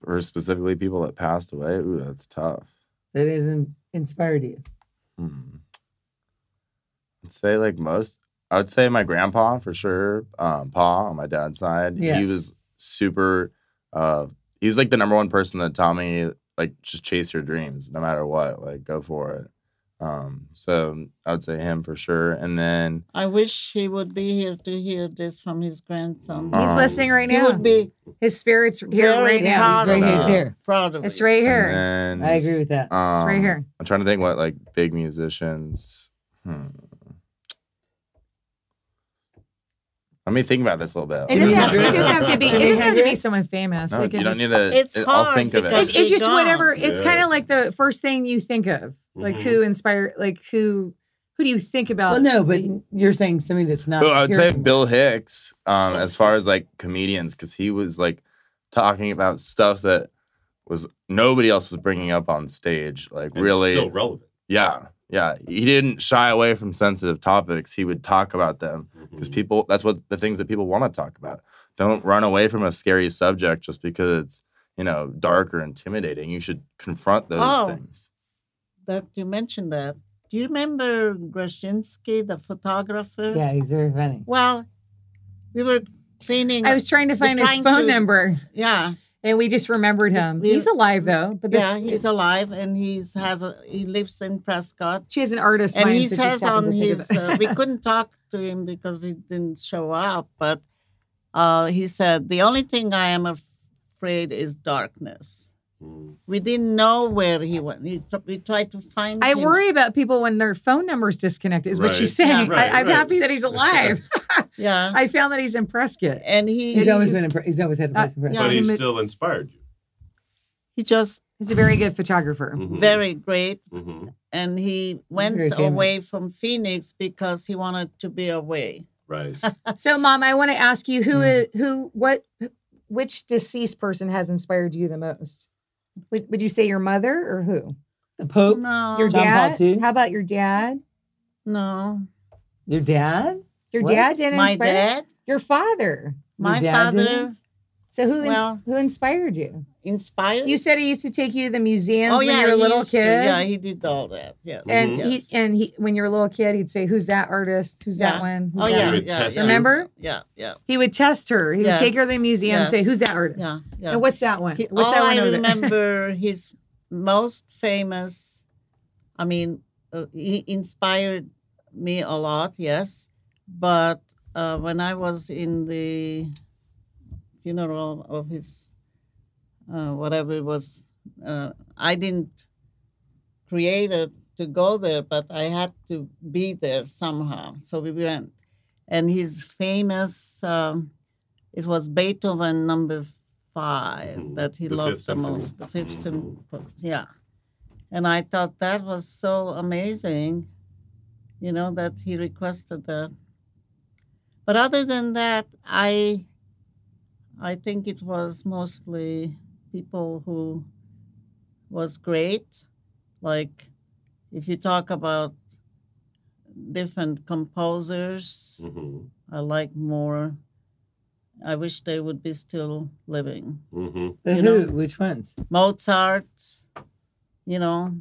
[SPEAKER 2] or specifically people that passed away ooh that's tough
[SPEAKER 1] That is in, inspired you.
[SPEAKER 2] hmm. i'd Mm-hmm. say like most I would say my grandpa for sure. Um, pa on my dad's side, he
[SPEAKER 1] Yes.
[SPEAKER 2] was super. Uh, he was like the number one person that taught me like just chase your dreams no matter what, like go for it. Um, so I would say him for sure, and then
[SPEAKER 5] I wish he would be here to hear this from his grandson.
[SPEAKER 2] Uh,
[SPEAKER 4] He's
[SPEAKER 2] Um,
[SPEAKER 4] listening right
[SPEAKER 5] he
[SPEAKER 4] now.
[SPEAKER 5] would be
[SPEAKER 4] His spirit's here
[SPEAKER 5] Very
[SPEAKER 4] right
[SPEAKER 1] Yeah,
[SPEAKER 4] now.
[SPEAKER 1] he's right here. He's
[SPEAKER 2] Uh,
[SPEAKER 1] here.
[SPEAKER 5] proud of
[SPEAKER 4] It's
[SPEAKER 5] you.
[SPEAKER 4] right here.
[SPEAKER 1] uh,
[SPEAKER 2] and then,
[SPEAKER 1] I agree with that.
[SPEAKER 2] Um,
[SPEAKER 4] right here.
[SPEAKER 2] I'm trying to think what like big musicians. Hmm. Let me think about this a little bit.
[SPEAKER 4] It doesn't,
[SPEAKER 2] [LAUGHS]
[SPEAKER 1] Jimi
[SPEAKER 4] have, it
[SPEAKER 1] Hendrix.
[SPEAKER 4] doesn't have to be. It
[SPEAKER 1] Jimi
[SPEAKER 4] doesn't have to be
[SPEAKER 1] Hendrix?
[SPEAKER 4] someone famous.
[SPEAKER 2] No,
[SPEAKER 4] It
[SPEAKER 2] you
[SPEAKER 4] can
[SPEAKER 2] don't
[SPEAKER 4] just-
[SPEAKER 2] need to.
[SPEAKER 5] It's
[SPEAKER 2] it- I'll
[SPEAKER 5] hard
[SPEAKER 2] think of
[SPEAKER 4] It's,
[SPEAKER 5] because-
[SPEAKER 2] it.
[SPEAKER 4] it's just
[SPEAKER 5] Be gone.
[SPEAKER 4] whatever. It's
[SPEAKER 3] Yeah.
[SPEAKER 4] kind of like the first thing you think of, like
[SPEAKER 3] Mhm.
[SPEAKER 4] who inspired, like who, who do you think about?
[SPEAKER 1] Mm-hmm. Well, no, but you're saying something that's not.
[SPEAKER 2] Well, I would
[SPEAKER 1] here
[SPEAKER 2] say
[SPEAKER 1] anymore.
[SPEAKER 2] Bill Hicks, um, as far as like comedians, because he was like talking about stuff that was nobody else was bringing up on stage. Like
[SPEAKER 3] And
[SPEAKER 2] really,
[SPEAKER 3] still relevant.
[SPEAKER 2] yeah, yeah. He didn't shy away from sensitive topics. He would talk about them
[SPEAKER 3] Mm-hmm.
[SPEAKER 2] because people. That's what the things that people want to talk about. Don't run away from a scary subject just because it's you know dark or intimidating. You should confront those
[SPEAKER 5] Oh.
[SPEAKER 2] things.
[SPEAKER 5] That you mentioned that. Do you remember Grushinsky, the photographer?
[SPEAKER 1] Yeah, he's very funny.
[SPEAKER 5] Well, we were cleaning.
[SPEAKER 4] I was trying to find his
[SPEAKER 5] trying
[SPEAKER 4] phone
[SPEAKER 5] to-
[SPEAKER 4] number,
[SPEAKER 5] yeah,
[SPEAKER 4] and we just remembered him.
[SPEAKER 5] We-
[SPEAKER 4] he's alive though, but this,
[SPEAKER 5] yeah. He's alive, and he's has a he lives in Prescott,
[SPEAKER 4] she has an artist.
[SPEAKER 5] and
[SPEAKER 4] mind,
[SPEAKER 5] he
[SPEAKER 4] so she
[SPEAKER 5] says
[SPEAKER 4] just
[SPEAKER 5] on
[SPEAKER 4] happens to think of
[SPEAKER 5] his.
[SPEAKER 4] it. [LAUGHS]
[SPEAKER 5] Uh, we couldn't talk to him because he didn't show up, but uh, he said the only thing I am af- afraid is darkness.
[SPEAKER 3] Mhm.
[SPEAKER 5] We didn't know where he went. He, tr- we tried to find.
[SPEAKER 4] I
[SPEAKER 5] him.
[SPEAKER 4] worry about people when their phone number's disconnected. Is what
[SPEAKER 3] Right.
[SPEAKER 4] she's saying.
[SPEAKER 3] Yeah, right,
[SPEAKER 4] I, I'm
[SPEAKER 3] right.
[SPEAKER 4] happy
[SPEAKER 3] [LAUGHS]
[SPEAKER 4] that he's alive.
[SPEAKER 5] Yeah,
[SPEAKER 4] I found that he's in Prescott.
[SPEAKER 5] and he
[SPEAKER 1] He's always
[SPEAKER 5] he's-
[SPEAKER 1] been. Impre- he's always had a
[SPEAKER 4] Uh,
[SPEAKER 1] place impression.
[SPEAKER 5] yeah.
[SPEAKER 3] But he
[SPEAKER 4] I'm a-
[SPEAKER 3] still inspired you.
[SPEAKER 5] he just
[SPEAKER 4] He's a very good photographer.
[SPEAKER 3] Mhm.
[SPEAKER 5] very great
[SPEAKER 3] Mhm.
[SPEAKER 5] and he went
[SPEAKER 1] Mm. Very famous.
[SPEAKER 5] away from Phoenix because he wanted to be away.
[SPEAKER 3] Right.
[SPEAKER 4] So, Mom, I want to ask you
[SPEAKER 1] Yeah.
[SPEAKER 4] who
[SPEAKER 3] Mm.
[SPEAKER 4] is who what which deceased person has inspired you the most? Would, would you say your mother or who?
[SPEAKER 1] The Pope,
[SPEAKER 5] No,
[SPEAKER 4] Your
[SPEAKER 1] John Um, Paul
[SPEAKER 4] dad?
[SPEAKER 1] II?
[SPEAKER 4] How about your dad?
[SPEAKER 5] no,
[SPEAKER 1] your dad,
[SPEAKER 4] Your
[SPEAKER 1] What?
[SPEAKER 4] dad didn't
[SPEAKER 5] my
[SPEAKER 4] inspire
[SPEAKER 5] dad,
[SPEAKER 4] your father.
[SPEAKER 5] my
[SPEAKER 1] dad
[SPEAKER 5] father
[SPEAKER 1] didn't?
[SPEAKER 4] So who ins-
[SPEAKER 5] Well-
[SPEAKER 4] who inspired you?
[SPEAKER 5] inspired.
[SPEAKER 4] You said he used to take you to the museums
[SPEAKER 5] oh
[SPEAKER 4] when
[SPEAKER 5] yeah,
[SPEAKER 4] you were a
[SPEAKER 5] he
[SPEAKER 4] little
[SPEAKER 5] used to.
[SPEAKER 4] kid.
[SPEAKER 5] Yeah, he did all that. Yes,
[SPEAKER 4] and
[SPEAKER 5] yes.
[SPEAKER 4] he and he when you were a little kid, he'd say, "Who's that artist? Who's that
[SPEAKER 5] Yeah.
[SPEAKER 4] one? Who's
[SPEAKER 5] oh
[SPEAKER 4] that
[SPEAKER 5] yeah,
[SPEAKER 4] one?"
[SPEAKER 3] would
[SPEAKER 5] yeah,
[SPEAKER 3] test
[SPEAKER 5] yeah.
[SPEAKER 3] you.
[SPEAKER 4] Remember?
[SPEAKER 5] Yeah, yeah,
[SPEAKER 4] He would test her. He would take her to
[SPEAKER 5] Yes.
[SPEAKER 4] the museum and say,
[SPEAKER 5] Yes.
[SPEAKER 4] "Who's that artist?
[SPEAKER 5] yeah, yeah.
[SPEAKER 4] And what's that one?
[SPEAKER 5] He-
[SPEAKER 4] what's
[SPEAKER 5] all
[SPEAKER 4] that one
[SPEAKER 5] I
[SPEAKER 4] over there?"
[SPEAKER 5] [LAUGHS] remember his most famous. I mean, uh, he inspired me a lot. Yes, but uh, when I was in the funeral of his, uh, whatever it was, uh, I didn't create it to go there, but I had to be there somehow. So we went, and his famous. Um, it was Beethoven number 5
[SPEAKER 3] Mhm.
[SPEAKER 5] that he
[SPEAKER 3] The
[SPEAKER 5] loved the
[SPEAKER 3] Fifth Symphony. Mm-hmm.
[SPEAKER 5] most, the fifth symphony. Yeah, and I thought that was so amazing, you know, that he requested that. But other than that, I, I think it was mostly people who was great, like if you talk about different composers.
[SPEAKER 3] Mhm.
[SPEAKER 5] I like more. I wish they would be still living.
[SPEAKER 3] Mhm.
[SPEAKER 1] the Who,
[SPEAKER 5] You know.
[SPEAKER 1] which ones?
[SPEAKER 5] Mozart, you know,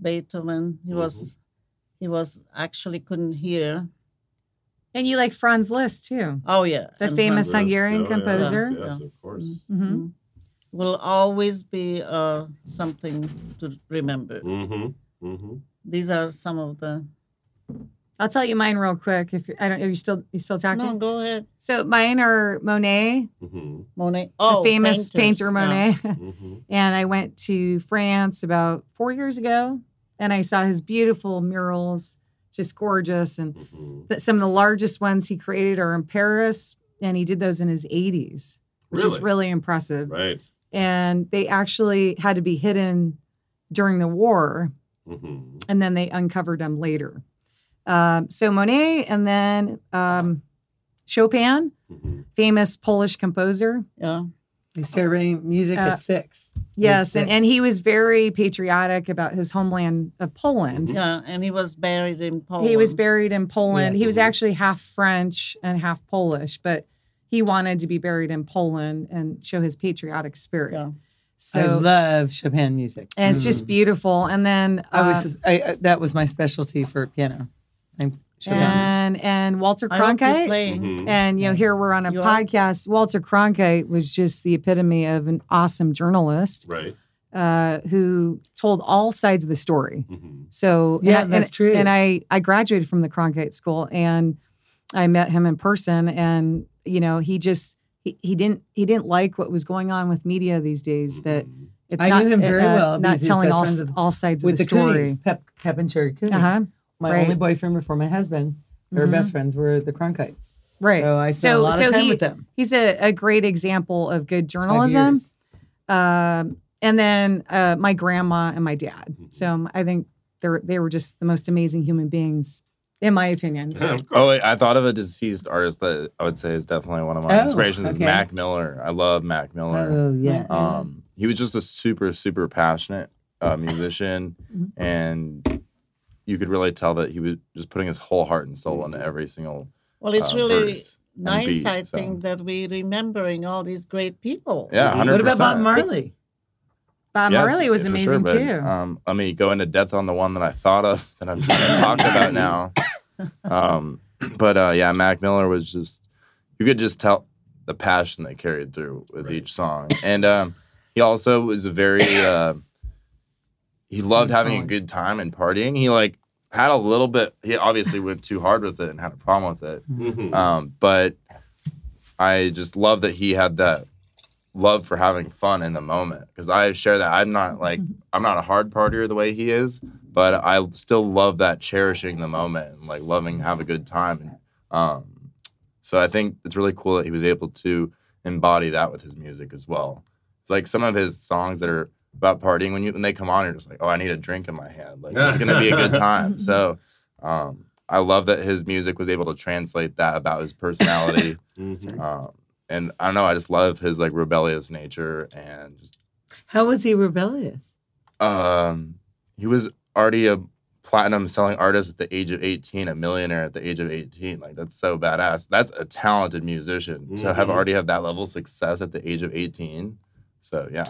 [SPEAKER 5] Beethoven. He was, he was actually couldn't hear.
[SPEAKER 4] And you like Franz Liszt too.
[SPEAKER 5] Oh yeah,
[SPEAKER 4] The
[SPEAKER 5] and
[SPEAKER 4] famous
[SPEAKER 5] Franz-
[SPEAKER 4] Hungarian
[SPEAKER 3] Yes, yeah,
[SPEAKER 4] composer.
[SPEAKER 3] Yes, yes, of course.
[SPEAKER 4] hmm
[SPEAKER 5] Mhm. Will always be uh, something to remember.
[SPEAKER 3] Mhm. Mhm.
[SPEAKER 5] These are some of the.
[SPEAKER 4] I'll tell you mine real quick. If you're, I don't, are you still you still talking?
[SPEAKER 5] No, go ahead,
[SPEAKER 4] So mine are Monet,
[SPEAKER 3] Mhm.
[SPEAKER 5] Monet. Oh,
[SPEAKER 4] the famous
[SPEAKER 5] painters,
[SPEAKER 4] painter
[SPEAKER 5] yeah.
[SPEAKER 4] Monet. [LAUGHS]
[SPEAKER 3] Mhm.
[SPEAKER 4] and I went to France about four years ago, and I saw his beautiful murals, just gorgeous. And
[SPEAKER 3] Mhm.
[SPEAKER 4] th- some of the largest ones he created are in Paris, and he did those in his 80s, which is
[SPEAKER 3] Really?
[SPEAKER 4] really impressive.
[SPEAKER 3] Right.
[SPEAKER 4] And they actually had to be hidden during the war
[SPEAKER 3] Mhm.
[SPEAKER 4] and then they uncovered them later. Um, so Monet, and then um, Chopin,
[SPEAKER 3] Mhm.
[SPEAKER 4] famous Polish composer.
[SPEAKER 5] Yeah.
[SPEAKER 1] He started writing music
[SPEAKER 4] Oh. Uh,
[SPEAKER 1] at six.
[SPEAKER 4] Yes, and,
[SPEAKER 1] six.
[SPEAKER 4] and he was very patriotic about his homeland of Poland.
[SPEAKER 5] yeah, and he was buried in Poland.
[SPEAKER 4] He was buried in Poland.
[SPEAKER 1] Yes.
[SPEAKER 4] He was actually half French and half Polish, but he wanted to be buried in Poland and show his patriotic spirit.
[SPEAKER 5] Yeah.
[SPEAKER 4] So
[SPEAKER 1] I love Chopin music.
[SPEAKER 4] and it's just
[SPEAKER 1] Mm.
[SPEAKER 4] beautiful. And then
[SPEAKER 1] I was
[SPEAKER 4] uh,
[SPEAKER 1] just, I, I- that was my specialty for piano. I Yeah.
[SPEAKER 4] and and Walter
[SPEAKER 5] I hope you're
[SPEAKER 4] Cronkite.
[SPEAKER 5] playing.
[SPEAKER 3] Mhm.
[SPEAKER 4] And you know, here we're on a
[SPEAKER 5] You are?
[SPEAKER 4] podcast. Walter Cronkite was just the epitome of an awesome journalist
[SPEAKER 3] Right.
[SPEAKER 4] uh, who told all sides of the story.
[SPEAKER 3] hmm
[SPEAKER 4] So
[SPEAKER 1] Yeah,
[SPEAKER 4] and,
[SPEAKER 1] that's
[SPEAKER 4] and-
[SPEAKER 1] true.
[SPEAKER 4] And I I graduated from the Cronkite School, and I met him in person, and you know, he just. He, he didn't. He didn't like what was going on with media these days. That it's
[SPEAKER 1] I
[SPEAKER 4] not
[SPEAKER 1] knew him very
[SPEAKER 4] uh,
[SPEAKER 1] well
[SPEAKER 4] Not
[SPEAKER 1] because he was
[SPEAKER 4] telling
[SPEAKER 1] best
[SPEAKER 4] all,
[SPEAKER 1] friends with-
[SPEAKER 4] all sides
[SPEAKER 1] with
[SPEAKER 4] of the,
[SPEAKER 1] the,
[SPEAKER 4] story.
[SPEAKER 1] Coonies, Pep, Pep and Cherry Cooney.
[SPEAKER 4] Uh-huh.
[SPEAKER 1] My
[SPEAKER 4] right.
[SPEAKER 1] only boyfriend before my husband, their
[SPEAKER 4] Mhm.
[SPEAKER 1] best friends were the Cronkites.
[SPEAKER 4] Right.
[SPEAKER 1] So I spent
[SPEAKER 4] So-
[SPEAKER 1] a lot
[SPEAKER 4] so
[SPEAKER 1] of time
[SPEAKER 4] he-
[SPEAKER 1] with them.
[SPEAKER 4] He's a, a great example of good
[SPEAKER 1] Five
[SPEAKER 4] journalism.
[SPEAKER 1] years.
[SPEAKER 4] Um, and then uh, my grandma and my dad.
[SPEAKER 2] Mm-hmm.
[SPEAKER 4] So um, I think they are they were just the most amazing human beings, in my opinion. So,
[SPEAKER 2] Oh, wait, I thought of a deceased artist that I would say is definitely one of my
[SPEAKER 1] Oh,
[SPEAKER 2] inspirations is
[SPEAKER 1] okay.
[SPEAKER 2] Mac Miller. I love Mac Miller.
[SPEAKER 1] Oh yes.
[SPEAKER 2] um, he was just a super, super passionate
[SPEAKER 1] Mm-hmm.
[SPEAKER 2] uh, musician,
[SPEAKER 4] Mhm.
[SPEAKER 2] and you could really tell that he was just putting his whole heart and
[SPEAKER 1] Mm-hmm.
[SPEAKER 2] soul into every single.
[SPEAKER 5] Well, it's
[SPEAKER 2] uh,
[SPEAKER 5] really
[SPEAKER 2] verse and
[SPEAKER 5] nice,
[SPEAKER 2] beat,
[SPEAKER 5] I
[SPEAKER 2] so.
[SPEAKER 5] think, that we're remembering all these great people.
[SPEAKER 2] Yeah,
[SPEAKER 3] Mhm.
[SPEAKER 2] hundred
[SPEAKER 1] what about Bob Marley?
[SPEAKER 4] Bob
[SPEAKER 2] Yes,
[SPEAKER 4] um, Marley was
[SPEAKER 2] for
[SPEAKER 4] amazing
[SPEAKER 2] sure,
[SPEAKER 4] too.
[SPEAKER 2] but, Um, let me go into depth on the one that I thought of that I'm trying to talk
[SPEAKER 4] [LAUGHS]
[SPEAKER 2] about now. Um, but uh, yeah, Mac Miller was just you could just tell the passion that carried through with
[SPEAKER 3] Right.
[SPEAKER 2] each song, and um, he also was a very uh, he loved having a good time and partying. He like had a little bit. He obviously went too hard with it and had a problem with it.
[SPEAKER 3] Mhm.
[SPEAKER 2] Um, but I just love that he had that love for having fun in the moment because I share that. I'm not like I'm not a hard partier the way he is, but I still love that cherishing the moment and like loving to have a good time. And um, so I think it's really cool that he was able to embody that with his music as well. It's like some of his songs that are about partying when you when they come on, you're just like, oh, I need a drink in my hand. Like it's gonna be a good time. So um, I love that his music was able to translate that about his personality.
[SPEAKER 3] Mhm.
[SPEAKER 2] um, and I don't know, I just love his like rebellious nature and just
[SPEAKER 1] How was he rebellious?
[SPEAKER 2] um, he was already a platinum selling artist at the age of 18, a millionaire at the age of 18. Like that's so badass. That's a talented musician to have
[SPEAKER 3] Mhm.
[SPEAKER 2] already have that level of success at the age of 18. So yeah,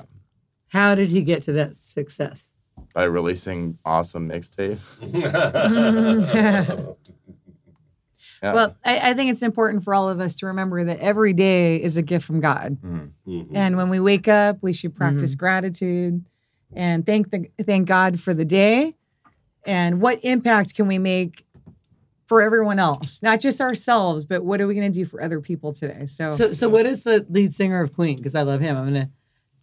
[SPEAKER 1] How did he get to that success?
[SPEAKER 2] by releasing awesome mixtape. Yeah.
[SPEAKER 4] Well, I, I think it's important for all of us to remember that every day is a gift from God,
[SPEAKER 2] Mhm.
[SPEAKER 3] [LAUGHS] Mhm.
[SPEAKER 4] and when we wake up, we
[SPEAKER 2] Mm-hmm.
[SPEAKER 4] should practice gratitude and thank the thank God for the day, and what impact can we make for everyone else, not just ourselves, but what are we going to do for other people today?
[SPEAKER 1] So, so what is the lead singer of Queen? Because I love him. I'm gonna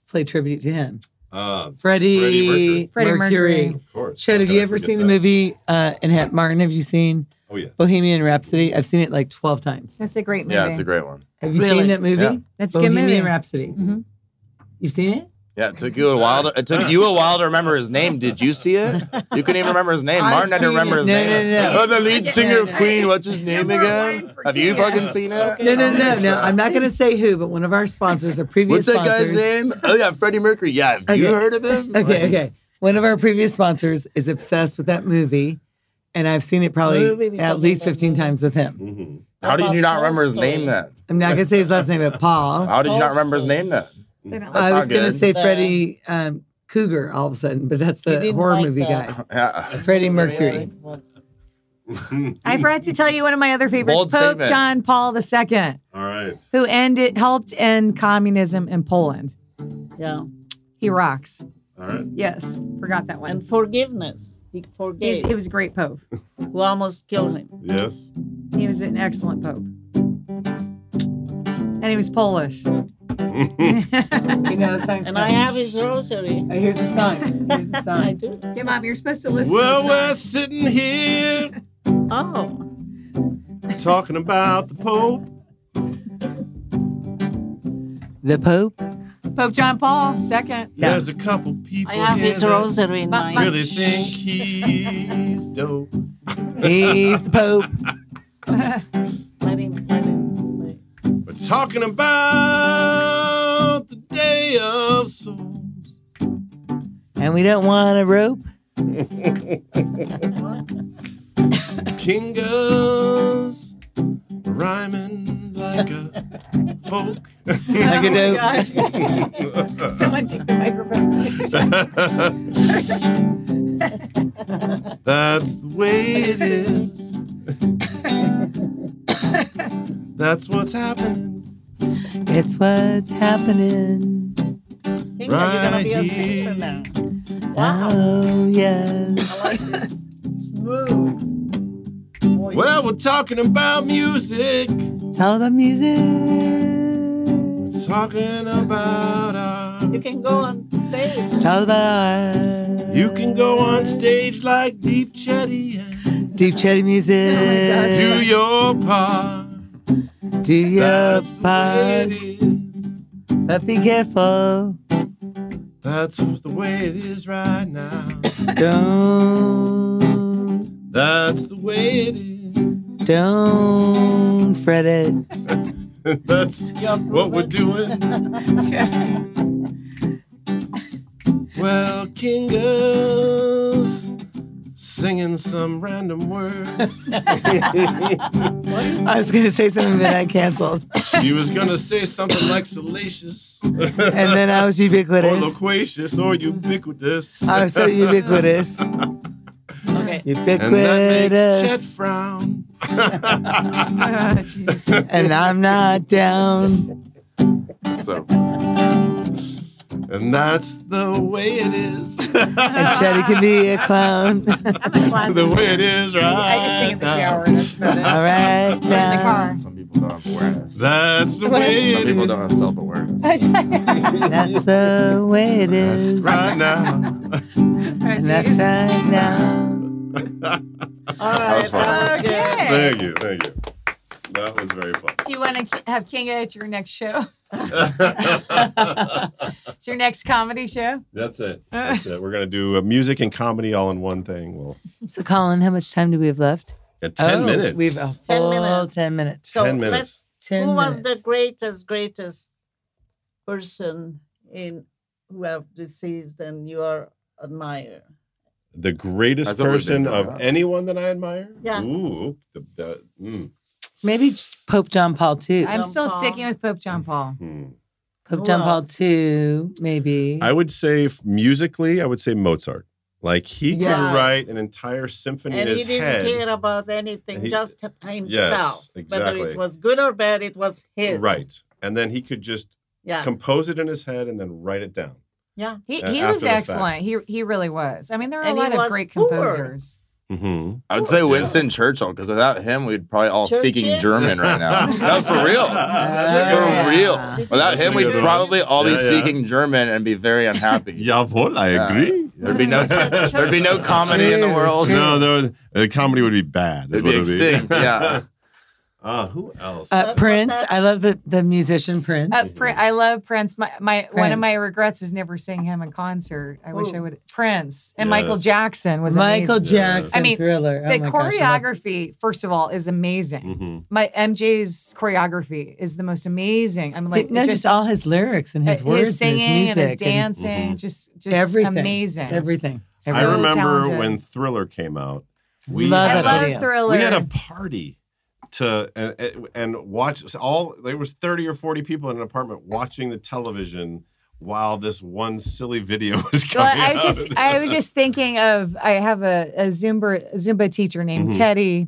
[SPEAKER 1] play tribute to him.
[SPEAKER 3] Ah, Freddie
[SPEAKER 1] Freddie,
[SPEAKER 3] Mercury.
[SPEAKER 4] Freddie
[SPEAKER 1] Mercury.
[SPEAKER 4] Mercury.
[SPEAKER 3] of course.
[SPEAKER 1] Chad,
[SPEAKER 3] How
[SPEAKER 1] have
[SPEAKER 3] could
[SPEAKER 1] you
[SPEAKER 3] I
[SPEAKER 1] ever
[SPEAKER 3] forget
[SPEAKER 1] seen the
[SPEAKER 3] that?
[SPEAKER 1] movie? Uh, and Hat Martin, have you seen
[SPEAKER 3] Oh yes.
[SPEAKER 1] Bohemian Rhapsody? I've seen it like 12 times.
[SPEAKER 4] That's a great movie.
[SPEAKER 2] Yeah, it's a great one.
[SPEAKER 1] Have you
[SPEAKER 4] Really?
[SPEAKER 1] seen that movie?
[SPEAKER 2] Yeah.
[SPEAKER 4] That's a good
[SPEAKER 1] Bohemian
[SPEAKER 4] movie.
[SPEAKER 1] Rhapsody.
[SPEAKER 4] Mhm.
[SPEAKER 1] You've seen it?
[SPEAKER 2] Yeah, it took you a while. To, it took you a while to remember his name. Did you see it? You couldn't even remember his name.
[SPEAKER 1] I've
[SPEAKER 2] Martin didn't
[SPEAKER 1] seen
[SPEAKER 2] remember
[SPEAKER 1] it.
[SPEAKER 2] his
[SPEAKER 1] No,
[SPEAKER 2] name.
[SPEAKER 1] no, no.
[SPEAKER 2] Oh, the lead
[SPEAKER 1] No,
[SPEAKER 2] singer
[SPEAKER 1] no,
[SPEAKER 2] of
[SPEAKER 1] no.
[SPEAKER 2] Queen. What's his name
[SPEAKER 4] Number
[SPEAKER 2] again?
[SPEAKER 4] one for
[SPEAKER 2] Have you
[SPEAKER 4] Kia.
[SPEAKER 2] fucking seen it?
[SPEAKER 1] No, no, no, no. I'm not going to say who, but one of our sponsors or previous
[SPEAKER 2] What's that
[SPEAKER 1] sponsors.
[SPEAKER 2] guy's name? Oh yeah, Freddie Mercury. Yeah, have you
[SPEAKER 1] Okay.
[SPEAKER 2] heard
[SPEAKER 1] [LAUGHS]
[SPEAKER 2] of him?
[SPEAKER 1] Okay, okay. One of our previous sponsors is obsessed with that movie, and I've seen it
[SPEAKER 5] Movie,
[SPEAKER 1] probably
[SPEAKER 5] we
[SPEAKER 1] at
[SPEAKER 5] talking
[SPEAKER 1] least
[SPEAKER 5] about
[SPEAKER 1] 15
[SPEAKER 5] movie.
[SPEAKER 1] times with him.
[SPEAKER 3] Mhm.
[SPEAKER 2] How did you not
[SPEAKER 5] About
[SPEAKER 2] remember his
[SPEAKER 5] Tolstoy.
[SPEAKER 2] name then?
[SPEAKER 1] I'm not going to say his last name, but Paul.
[SPEAKER 2] [LAUGHS] How did you not remember his
[SPEAKER 5] Tolstoy.
[SPEAKER 2] name then?
[SPEAKER 4] Uh,
[SPEAKER 1] I
[SPEAKER 2] not
[SPEAKER 1] was going to
[SPEAKER 2] good.
[SPEAKER 1] say
[SPEAKER 5] The-
[SPEAKER 1] Freddie um, Cougar all of a sudden, but that's the
[SPEAKER 5] didn't
[SPEAKER 1] horror
[SPEAKER 5] like
[SPEAKER 1] movie
[SPEAKER 5] that.
[SPEAKER 1] guy.
[SPEAKER 2] Yeah.
[SPEAKER 1] Freddie
[SPEAKER 5] Yeah,
[SPEAKER 1] Mercury.
[SPEAKER 5] it was.
[SPEAKER 4] I forgot to tell you one of my other favorites,
[SPEAKER 2] Bold
[SPEAKER 4] Pope
[SPEAKER 2] statement.
[SPEAKER 4] John Paul II,
[SPEAKER 3] All right.
[SPEAKER 4] who ended helped end communism in Poland.
[SPEAKER 5] Yeah.
[SPEAKER 4] He
[SPEAKER 2] Hmm.
[SPEAKER 4] rocks.
[SPEAKER 3] All right.
[SPEAKER 4] Yes, forgot that one.
[SPEAKER 5] And forgiveness. He forgave
[SPEAKER 4] He's, he was a great pope.
[SPEAKER 5] who almost killed him.
[SPEAKER 3] Yes.
[SPEAKER 4] He was an excellent pope, and he was Polish.
[SPEAKER 1] You know, the song's
[SPEAKER 5] And I
[SPEAKER 1] coming.
[SPEAKER 5] have his rosary.
[SPEAKER 1] Oh, here's the song. Here's the
[SPEAKER 5] I
[SPEAKER 1] song.
[SPEAKER 5] do.
[SPEAKER 4] Yeah, mom, you're supposed to listen.
[SPEAKER 3] Well,
[SPEAKER 4] to
[SPEAKER 3] we're
[SPEAKER 4] this
[SPEAKER 3] sitting here
[SPEAKER 5] Oh.
[SPEAKER 3] talking about the Pope.
[SPEAKER 1] [LAUGHS] the Pope.
[SPEAKER 4] song. Pope John Paul II.
[SPEAKER 3] There's a couple people
[SPEAKER 5] I have
[SPEAKER 3] here
[SPEAKER 5] his
[SPEAKER 3] that
[SPEAKER 5] rosary in
[SPEAKER 4] But-
[SPEAKER 5] my
[SPEAKER 4] but-
[SPEAKER 3] really think he's dope.
[SPEAKER 1] He's the Pope.
[SPEAKER 5] Let him, let him play.
[SPEAKER 3] We're talking about the Day of Souls.
[SPEAKER 1] And we don't want a rope.
[SPEAKER 3] Kingas rhyming like a folk.
[SPEAKER 1] Like a dope.
[SPEAKER 4] Someone take the
[SPEAKER 3] [LAUGHS]
[SPEAKER 4] microphone.
[SPEAKER 3] That's the way it is. That's what's happening
[SPEAKER 1] It's what's happening.
[SPEAKER 5] think that you're gonna be a
[SPEAKER 3] Right
[SPEAKER 5] singer
[SPEAKER 3] here.
[SPEAKER 5] now. Wow,
[SPEAKER 1] Oh, yes.
[SPEAKER 5] I like this. Smooth. Boy,
[SPEAKER 3] Well, we're talking about music.
[SPEAKER 1] It's all about music.
[SPEAKER 3] Talking about
[SPEAKER 5] you
[SPEAKER 3] art.
[SPEAKER 5] can go on stage.
[SPEAKER 1] It's all about art.
[SPEAKER 3] You can go on stage like Deep Chetty and
[SPEAKER 1] Deep Chetty music.
[SPEAKER 4] God.
[SPEAKER 3] do your part.
[SPEAKER 1] Do your
[SPEAKER 3] That's the way
[SPEAKER 1] part,
[SPEAKER 3] it is.
[SPEAKER 1] but be careful.
[SPEAKER 3] That's the way it is right now.
[SPEAKER 1] Don't,
[SPEAKER 3] That's the way it is. [LAUGHS]
[SPEAKER 1] don't fret it.
[SPEAKER 3] That's what we're
[SPEAKER 4] [LAUGHS]
[SPEAKER 3] doing. Well, Kingers singing some random
[SPEAKER 4] [LAUGHS]
[SPEAKER 3] words. [LAUGHS]
[SPEAKER 1] I was gonna say something that I [LAUGHS] canceled,
[SPEAKER 3] she was gonna say something like salacious
[SPEAKER 1] and then I was
[SPEAKER 3] or
[SPEAKER 1] ubiquitous.
[SPEAKER 3] loquacious or ubiquitous.
[SPEAKER 1] I was so ubiquitous.
[SPEAKER 5] Okay.
[SPEAKER 3] and that makes Chet
[SPEAKER 1] Ubiquitous,
[SPEAKER 3] frown.
[SPEAKER 4] Ah, jeez.
[SPEAKER 1] and I'm not down.
[SPEAKER 3] So, and that's the way it is. [LAUGHS]
[SPEAKER 1] And
[SPEAKER 3] the
[SPEAKER 1] Chetty can be a
[SPEAKER 4] [LAUGHS]
[SPEAKER 1] clown.
[SPEAKER 3] way it Uh, is, right?
[SPEAKER 4] I just sing in the
[SPEAKER 3] now.
[SPEAKER 4] shower. That's about it.
[SPEAKER 1] All right,
[SPEAKER 4] Or in the
[SPEAKER 1] now.
[SPEAKER 4] car. [LAUGHS]
[SPEAKER 2] Some people don't have awareness.
[SPEAKER 3] That's the way
[SPEAKER 2] Some
[SPEAKER 3] it
[SPEAKER 2] people
[SPEAKER 3] is
[SPEAKER 2] don't have self
[SPEAKER 4] Oh,
[SPEAKER 2] awareness.
[SPEAKER 1] That's the way it is.
[SPEAKER 3] right
[SPEAKER 5] [LAUGHS]
[SPEAKER 3] now.
[SPEAKER 1] And that's
[SPEAKER 4] Jeez.
[SPEAKER 1] right now.
[SPEAKER 5] All right.
[SPEAKER 2] was fun.
[SPEAKER 5] that was good.
[SPEAKER 4] Okay.
[SPEAKER 3] Thank you, thank you. That was very fun.
[SPEAKER 4] Do you want to have Kinga at your next
[SPEAKER 3] [LAUGHS]
[SPEAKER 4] show? [LAUGHS] It's your next comedy show.
[SPEAKER 3] That's it. That's it. We're gonna do uh, music and comedy all in one thing. Well,
[SPEAKER 1] So, Colin, how much time do we have left?
[SPEAKER 3] got ten
[SPEAKER 1] Ten
[SPEAKER 5] Oh,
[SPEAKER 3] minutes.
[SPEAKER 1] We have a
[SPEAKER 5] Ten
[SPEAKER 1] full
[SPEAKER 5] minutes.
[SPEAKER 1] ten minutes.
[SPEAKER 5] So
[SPEAKER 3] 10 minutes.
[SPEAKER 5] let's
[SPEAKER 1] Ten
[SPEAKER 5] who
[SPEAKER 1] minutes.
[SPEAKER 5] was the greatest greatest person in who have deceased and you are admire
[SPEAKER 3] the greatest
[SPEAKER 2] That's what we've been
[SPEAKER 3] person
[SPEAKER 2] doing,
[SPEAKER 3] of
[SPEAKER 2] huh?
[SPEAKER 3] anyone that I admire.
[SPEAKER 5] Yeah.
[SPEAKER 3] Ooh, the, the, mm,
[SPEAKER 1] Maybe Pope John Paul II.
[SPEAKER 4] I'm
[SPEAKER 5] John
[SPEAKER 4] still
[SPEAKER 5] Paul.
[SPEAKER 4] sticking with Pope John Paul.
[SPEAKER 3] hmm.
[SPEAKER 1] Pope
[SPEAKER 5] Who
[SPEAKER 1] John Paul
[SPEAKER 5] else?
[SPEAKER 1] II, maybe. Uh,
[SPEAKER 3] I would say f- musically, I would say Mozart. Like he
[SPEAKER 5] Yes.
[SPEAKER 3] could write an entire symphony
[SPEAKER 5] and
[SPEAKER 3] in
[SPEAKER 5] he
[SPEAKER 3] his
[SPEAKER 5] didn't
[SPEAKER 3] head.
[SPEAKER 5] care about anything
[SPEAKER 3] He-
[SPEAKER 5] just himself whether
[SPEAKER 3] exactly.
[SPEAKER 5] it was good or bad it was his
[SPEAKER 3] Right. And then he could just
[SPEAKER 5] yeah
[SPEAKER 3] compose it in his head and then write it down.
[SPEAKER 5] yeah
[SPEAKER 4] He,
[SPEAKER 3] Uh,
[SPEAKER 4] he
[SPEAKER 3] after
[SPEAKER 4] was
[SPEAKER 3] the fact.
[SPEAKER 4] excellent. He he really was. I mean, there are
[SPEAKER 5] And
[SPEAKER 4] a
[SPEAKER 5] he
[SPEAKER 4] lot of
[SPEAKER 5] was
[SPEAKER 4] great
[SPEAKER 5] poor.
[SPEAKER 4] composers.
[SPEAKER 3] Mm-hmm.
[SPEAKER 2] I would say
[SPEAKER 3] Yeah.
[SPEAKER 2] Winston Churchill, because without him, we'd probably all speaking
[SPEAKER 5] Churchill?
[SPEAKER 2] German
[SPEAKER 1] [LAUGHS]
[SPEAKER 2] right now. no, for real.
[SPEAKER 3] That's
[SPEAKER 2] For
[SPEAKER 3] a
[SPEAKER 1] Yeah.
[SPEAKER 3] good
[SPEAKER 2] real.
[SPEAKER 5] Did you
[SPEAKER 2] Without
[SPEAKER 5] see
[SPEAKER 2] him, we'd
[SPEAKER 5] German?
[SPEAKER 2] probably all be
[SPEAKER 3] Yeah, yeah.
[SPEAKER 2] speaking German and be very unhappy.
[SPEAKER 3] Jawohl, I
[SPEAKER 2] Yeah.
[SPEAKER 3] agree.
[SPEAKER 2] There'd be [LAUGHS] no there'd be no comedy in the
[SPEAKER 1] True,
[SPEAKER 2] world.
[SPEAKER 1] true.
[SPEAKER 3] No, there would- the comedy would be bad. is
[SPEAKER 2] It'd be
[SPEAKER 3] what
[SPEAKER 2] extinct, [LAUGHS]
[SPEAKER 3] [LAUGHS]
[SPEAKER 2] yeah.
[SPEAKER 3] uh, who else?
[SPEAKER 1] Uh, Prince. I love the, the musician Prince.
[SPEAKER 4] Uh, Prin- I love Prince. My, my one of
[SPEAKER 1] Prince.
[SPEAKER 4] my regrets is never seeing him in concert. I wish I
[SPEAKER 5] Ooh.
[SPEAKER 4] would. Prince and Michael
[SPEAKER 3] Yes.
[SPEAKER 4] Jackson was
[SPEAKER 1] Michael
[SPEAKER 4] amazing.
[SPEAKER 3] Yeah.
[SPEAKER 1] Jackson
[SPEAKER 4] I mean,
[SPEAKER 1] thriller. Oh
[SPEAKER 4] the
[SPEAKER 1] my gosh, I love-
[SPEAKER 4] choreography, first of all, is amazing.
[SPEAKER 3] Mhm.
[SPEAKER 4] My MJ's choreography is the most amazing. I'm like
[SPEAKER 1] no,
[SPEAKER 4] it's
[SPEAKER 1] just, all his lyrics and his
[SPEAKER 4] uh,
[SPEAKER 1] words,
[SPEAKER 4] singing
[SPEAKER 1] and his music, and
[SPEAKER 4] dancing,
[SPEAKER 3] Mm-hmm.
[SPEAKER 4] just just
[SPEAKER 1] Everything.
[SPEAKER 4] amazing.
[SPEAKER 1] everything.
[SPEAKER 4] So
[SPEAKER 3] I
[SPEAKER 1] Everything.
[SPEAKER 3] remember
[SPEAKER 4] talented.
[SPEAKER 3] when Thriller came out.
[SPEAKER 1] Love
[SPEAKER 4] I
[SPEAKER 1] that
[SPEAKER 4] love
[SPEAKER 1] video.
[SPEAKER 4] Thriller.
[SPEAKER 3] we had a party to and- and, and watch all there was 30 or 40 people in an apartment watching the television while this one silly video [LAUGHS] was
[SPEAKER 4] Well,
[SPEAKER 3] coming
[SPEAKER 4] I was
[SPEAKER 3] out.
[SPEAKER 4] just I was just thinking of I have a, a Zumba Zumba teacher named
[SPEAKER 3] Mhm.
[SPEAKER 4] Teddy,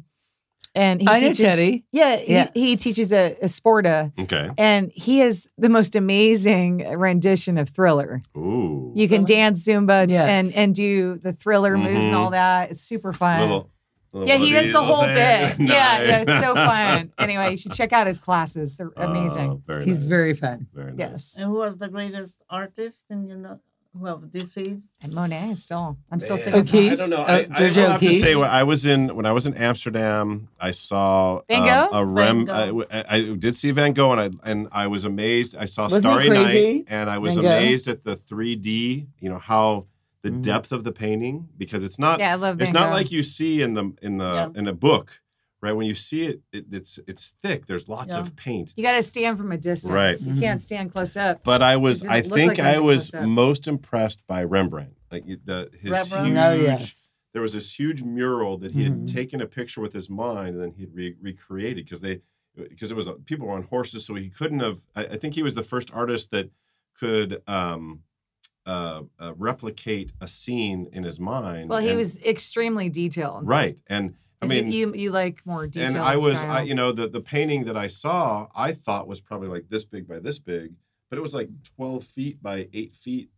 [SPEAKER 4] and he
[SPEAKER 1] I know
[SPEAKER 4] teaches,
[SPEAKER 1] Teddy.
[SPEAKER 4] Yeah, he,
[SPEAKER 1] Yeah.
[SPEAKER 4] he teaches a, a sporta,
[SPEAKER 3] okay
[SPEAKER 4] and he is the most amazing rendition of Thriller.
[SPEAKER 3] ooh
[SPEAKER 4] You can
[SPEAKER 5] Really?
[SPEAKER 4] dance Zumba
[SPEAKER 1] Yes.
[SPEAKER 4] and and do the Thriller moves and
[SPEAKER 3] Mhm.
[SPEAKER 4] all that. It's super fun.
[SPEAKER 3] Little- little
[SPEAKER 4] yeah, he
[SPEAKER 3] one of
[SPEAKER 4] does
[SPEAKER 3] these
[SPEAKER 4] the
[SPEAKER 3] little
[SPEAKER 4] whole
[SPEAKER 3] [LAUGHS] things.
[SPEAKER 4] bit. Yeah, yeah,
[SPEAKER 3] Nice.
[SPEAKER 4] it's
[SPEAKER 3] [LAUGHS]
[SPEAKER 4] so fun. Anyway, you should check out his classes. They're
[SPEAKER 3] Oh,
[SPEAKER 4] amazing.
[SPEAKER 3] very
[SPEAKER 1] He's
[SPEAKER 3] nice.
[SPEAKER 1] very fun.
[SPEAKER 3] very nice.
[SPEAKER 4] yes.
[SPEAKER 5] and who was the greatest artist and you know who have deceased
[SPEAKER 4] And Monet is still. I'm still
[SPEAKER 3] Man,
[SPEAKER 4] sticking. with
[SPEAKER 1] O'Keefe?
[SPEAKER 3] I don't know.
[SPEAKER 1] Uh,
[SPEAKER 3] I, I,
[SPEAKER 1] Georgia
[SPEAKER 3] I'll have to
[SPEAKER 1] O'Keefe?
[SPEAKER 3] say when I was in when I was in Amsterdam, I saw um,
[SPEAKER 4] Van Gogh?
[SPEAKER 3] a rem.
[SPEAKER 5] Van Gogh.
[SPEAKER 3] I, w- I- I did see Van Gogh, and I and I was amazed. I saw
[SPEAKER 1] Wasn't he
[SPEAKER 3] Starry
[SPEAKER 1] crazy?
[SPEAKER 3] Night, and I was
[SPEAKER 1] Van Gogh?
[SPEAKER 3] amazed at the 3D. You know how the
[SPEAKER 1] Mhm.
[SPEAKER 3] depth of the painting because it's
[SPEAKER 4] that.
[SPEAKER 3] not
[SPEAKER 4] Yeah, I love.
[SPEAKER 3] it's
[SPEAKER 4] Van
[SPEAKER 3] not
[SPEAKER 4] Gogh.
[SPEAKER 3] like you see in the in the
[SPEAKER 5] Yeah.
[SPEAKER 3] in a book, right? When you see it, it it's it's thick. There's lots
[SPEAKER 5] Yeah.
[SPEAKER 3] of paint.
[SPEAKER 4] You got to stand from a distance.
[SPEAKER 3] Right.
[SPEAKER 4] You can't stand close up.
[SPEAKER 3] But I was,
[SPEAKER 4] It
[SPEAKER 3] I
[SPEAKER 4] doesn't look
[SPEAKER 3] think
[SPEAKER 4] like
[SPEAKER 3] I
[SPEAKER 4] anything
[SPEAKER 3] was
[SPEAKER 4] close up.
[SPEAKER 3] most impressed by Rembrandt. Like it- the his
[SPEAKER 5] Rembrandt?
[SPEAKER 3] huge
[SPEAKER 1] Oh yes.
[SPEAKER 3] there was this huge mural that he
[SPEAKER 1] Mhm.
[SPEAKER 3] had taken a picture with his mind and then he re- recreated because they because it was people were on horses so he couldn't have I, I think he was the first artist that could um uh, uh replicate a scene in his mind
[SPEAKER 4] Well, he
[SPEAKER 3] and-
[SPEAKER 4] was extremely detailed.
[SPEAKER 3] right and I mean,
[SPEAKER 4] you you like more detail.
[SPEAKER 3] and I was, I, you know, the the painting that I saw, I thought was probably like this big by this big, but it was like twelve feet by eight feet.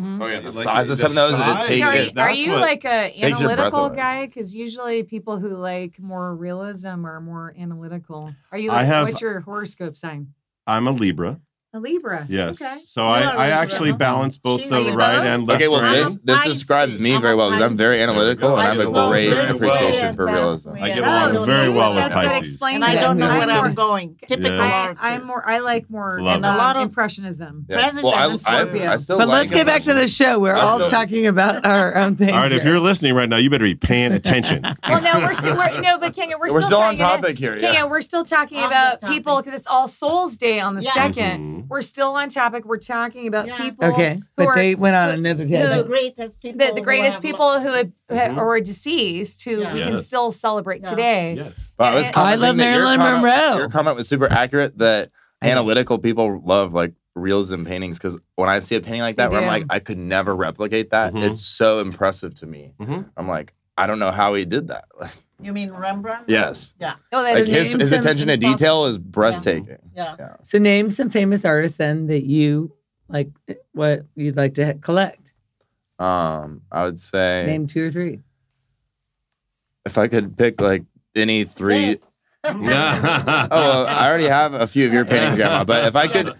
[SPEAKER 2] Oh yeah, the
[SPEAKER 3] Like,
[SPEAKER 2] size of
[SPEAKER 3] the
[SPEAKER 2] some of those
[SPEAKER 3] size-
[SPEAKER 2] it
[SPEAKER 3] Hey,
[SPEAKER 4] Mm-hmm. So are,
[SPEAKER 3] yeah,
[SPEAKER 4] you-
[SPEAKER 2] takes.
[SPEAKER 4] are
[SPEAKER 3] that's
[SPEAKER 4] you
[SPEAKER 3] what
[SPEAKER 4] like a
[SPEAKER 2] your breath
[SPEAKER 4] analytical
[SPEAKER 2] away.
[SPEAKER 4] guy? Because usually people who like more realism are more analytical. Are you?
[SPEAKER 3] I
[SPEAKER 4] Like,
[SPEAKER 3] have-
[SPEAKER 4] what's your horoscope sign?
[SPEAKER 3] I'm a Libra.
[SPEAKER 4] A Libra.
[SPEAKER 3] Yes.
[SPEAKER 4] Okay.
[SPEAKER 3] So
[SPEAKER 5] You
[SPEAKER 3] I,
[SPEAKER 5] are a
[SPEAKER 3] I
[SPEAKER 5] Libra,
[SPEAKER 3] actually
[SPEAKER 5] huh?
[SPEAKER 3] balance both
[SPEAKER 5] She's
[SPEAKER 3] the
[SPEAKER 5] a
[SPEAKER 3] right
[SPEAKER 5] Libra.
[SPEAKER 3] and left.
[SPEAKER 2] Okay, well
[SPEAKER 3] brain.
[SPEAKER 2] this this
[SPEAKER 5] Pisces.
[SPEAKER 2] describes me
[SPEAKER 5] I'm
[SPEAKER 2] very
[SPEAKER 5] a
[SPEAKER 2] well because I'm very
[SPEAKER 5] Pisces.
[SPEAKER 2] analytical Oh, and I have a
[SPEAKER 3] There we go.
[SPEAKER 2] great
[SPEAKER 3] Very well.
[SPEAKER 2] appreciation for
[SPEAKER 5] That's
[SPEAKER 2] realism.
[SPEAKER 5] me.
[SPEAKER 3] I get
[SPEAKER 5] Yeah.
[SPEAKER 3] along
[SPEAKER 5] Oh,
[SPEAKER 3] very well with
[SPEAKER 4] that- that
[SPEAKER 3] Pisces.
[SPEAKER 4] explains
[SPEAKER 5] And I
[SPEAKER 4] it.
[SPEAKER 5] don't know
[SPEAKER 4] I'm
[SPEAKER 5] where
[SPEAKER 4] more-
[SPEAKER 5] I'm going. Typical
[SPEAKER 4] I,
[SPEAKER 5] artist.
[SPEAKER 4] I'm more. I like more.
[SPEAKER 3] Love
[SPEAKER 4] and
[SPEAKER 3] it.
[SPEAKER 4] a lot of
[SPEAKER 5] Um,
[SPEAKER 4] impressionism.
[SPEAKER 2] Yeah.
[SPEAKER 5] President
[SPEAKER 2] Well, I,
[SPEAKER 5] and
[SPEAKER 2] I,
[SPEAKER 4] Scorpio.
[SPEAKER 2] I still.
[SPEAKER 1] But
[SPEAKER 2] like
[SPEAKER 1] let's
[SPEAKER 2] it.
[SPEAKER 1] get back to the show. We're
[SPEAKER 2] Let's
[SPEAKER 1] all
[SPEAKER 2] go.
[SPEAKER 1] talking about our own things.
[SPEAKER 3] All right, if
[SPEAKER 1] here.
[SPEAKER 3] you're listening right now, you better be paying attention.
[SPEAKER 4] Well, no, we're still. We're, no, but Kenya, we're,
[SPEAKER 2] We're still on
[SPEAKER 4] talking-
[SPEAKER 2] topic here.
[SPEAKER 4] Kenya,
[SPEAKER 2] Yeah.
[SPEAKER 4] we're still talking
[SPEAKER 5] On the
[SPEAKER 4] about
[SPEAKER 5] topic.
[SPEAKER 4] people because it's All Souls Day on the
[SPEAKER 5] Yeah.
[SPEAKER 4] 2nd we
[SPEAKER 3] Mhm.
[SPEAKER 4] We're still on topic. We're talking about
[SPEAKER 5] Yeah.
[SPEAKER 4] people.
[SPEAKER 1] okay, but
[SPEAKER 4] are-
[SPEAKER 1] they went on
[SPEAKER 4] who-
[SPEAKER 1] another
[SPEAKER 4] who-
[SPEAKER 1] day.
[SPEAKER 5] the greatest people.
[SPEAKER 4] The,
[SPEAKER 5] who
[SPEAKER 4] the greatest
[SPEAKER 5] have
[SPEAKER 4] people who have, who have-
[SPEAKER 3] Mhm.
[SPEAKER 4] or are deceased who
[SPEAKER 5] Yeah.
[SPEAKER 4] we can
[SPEAKER 3] Yes.
[SPEAKER 4] still celebrate
[SPEAKER 5] Yeah.
[SPEAKER 4] today.
[SPEAKER 3] [LAUGHS]
[SPEAKER 2] [LAUGHS]
[SPEAKER 3] Yes.
[SPEAKER 2] Wow, was
[SPEAKER 4] I
[SPEAKER 2] commenting
[SPEAKER 1] love
[SPEAKER 2] that your
[SPEAKER 1] Marilyn
[SPEAKER 2] comment-
[SPEAKER 1] Monroe.
[SPEAKER 2] Your comment was super accurate. That
[SPEAKER 1] I-
[SPEAKER 2] analytical people love like realism paintings because when I see a painting like that,
[SPEAKER 4] They
[SPEAKER 2] where I'm like,
[SPEAKER 4] do.
[SPEAKER 2] I could never replicate that.
[SPEAKER 3] Mhm.
[SPEAKER 2] It's so impressive to me.
[SPEAKER 3] Mhm.
[SPEAKER 2] I'm like, I don't know how he did that. [LAUGHS] Like,
[SPEAKER 5] You mean Rembrandt?
[SPEAKER 2] yes,
[SPEAKER 5] Yeah.
[SPEAKER 4] Oh, that's
[SPEAKER 2] like
[SPEAKER 1] His
[SPEAKER 2] his
[SPEAKER 1] name's
[SPEAKER 2] his attention to
[SPEAKER 5] impossible.
[SPEAKER 2] detail is breathtaking.
[SPEAKER 5] Yeah.
[SPEAKER 1] So name some famous artists then that you like. What you'd like to collect?
[SPEAKER 2] Um, I would say
[SPEAKER 1] Name two or three.
[SPEAKER 2] if I could pick like any three.
[SPEAKER 5] Yes.
[SPEAKER 2] Oh, well, I already have a few of your paintings, Grandma. But if I could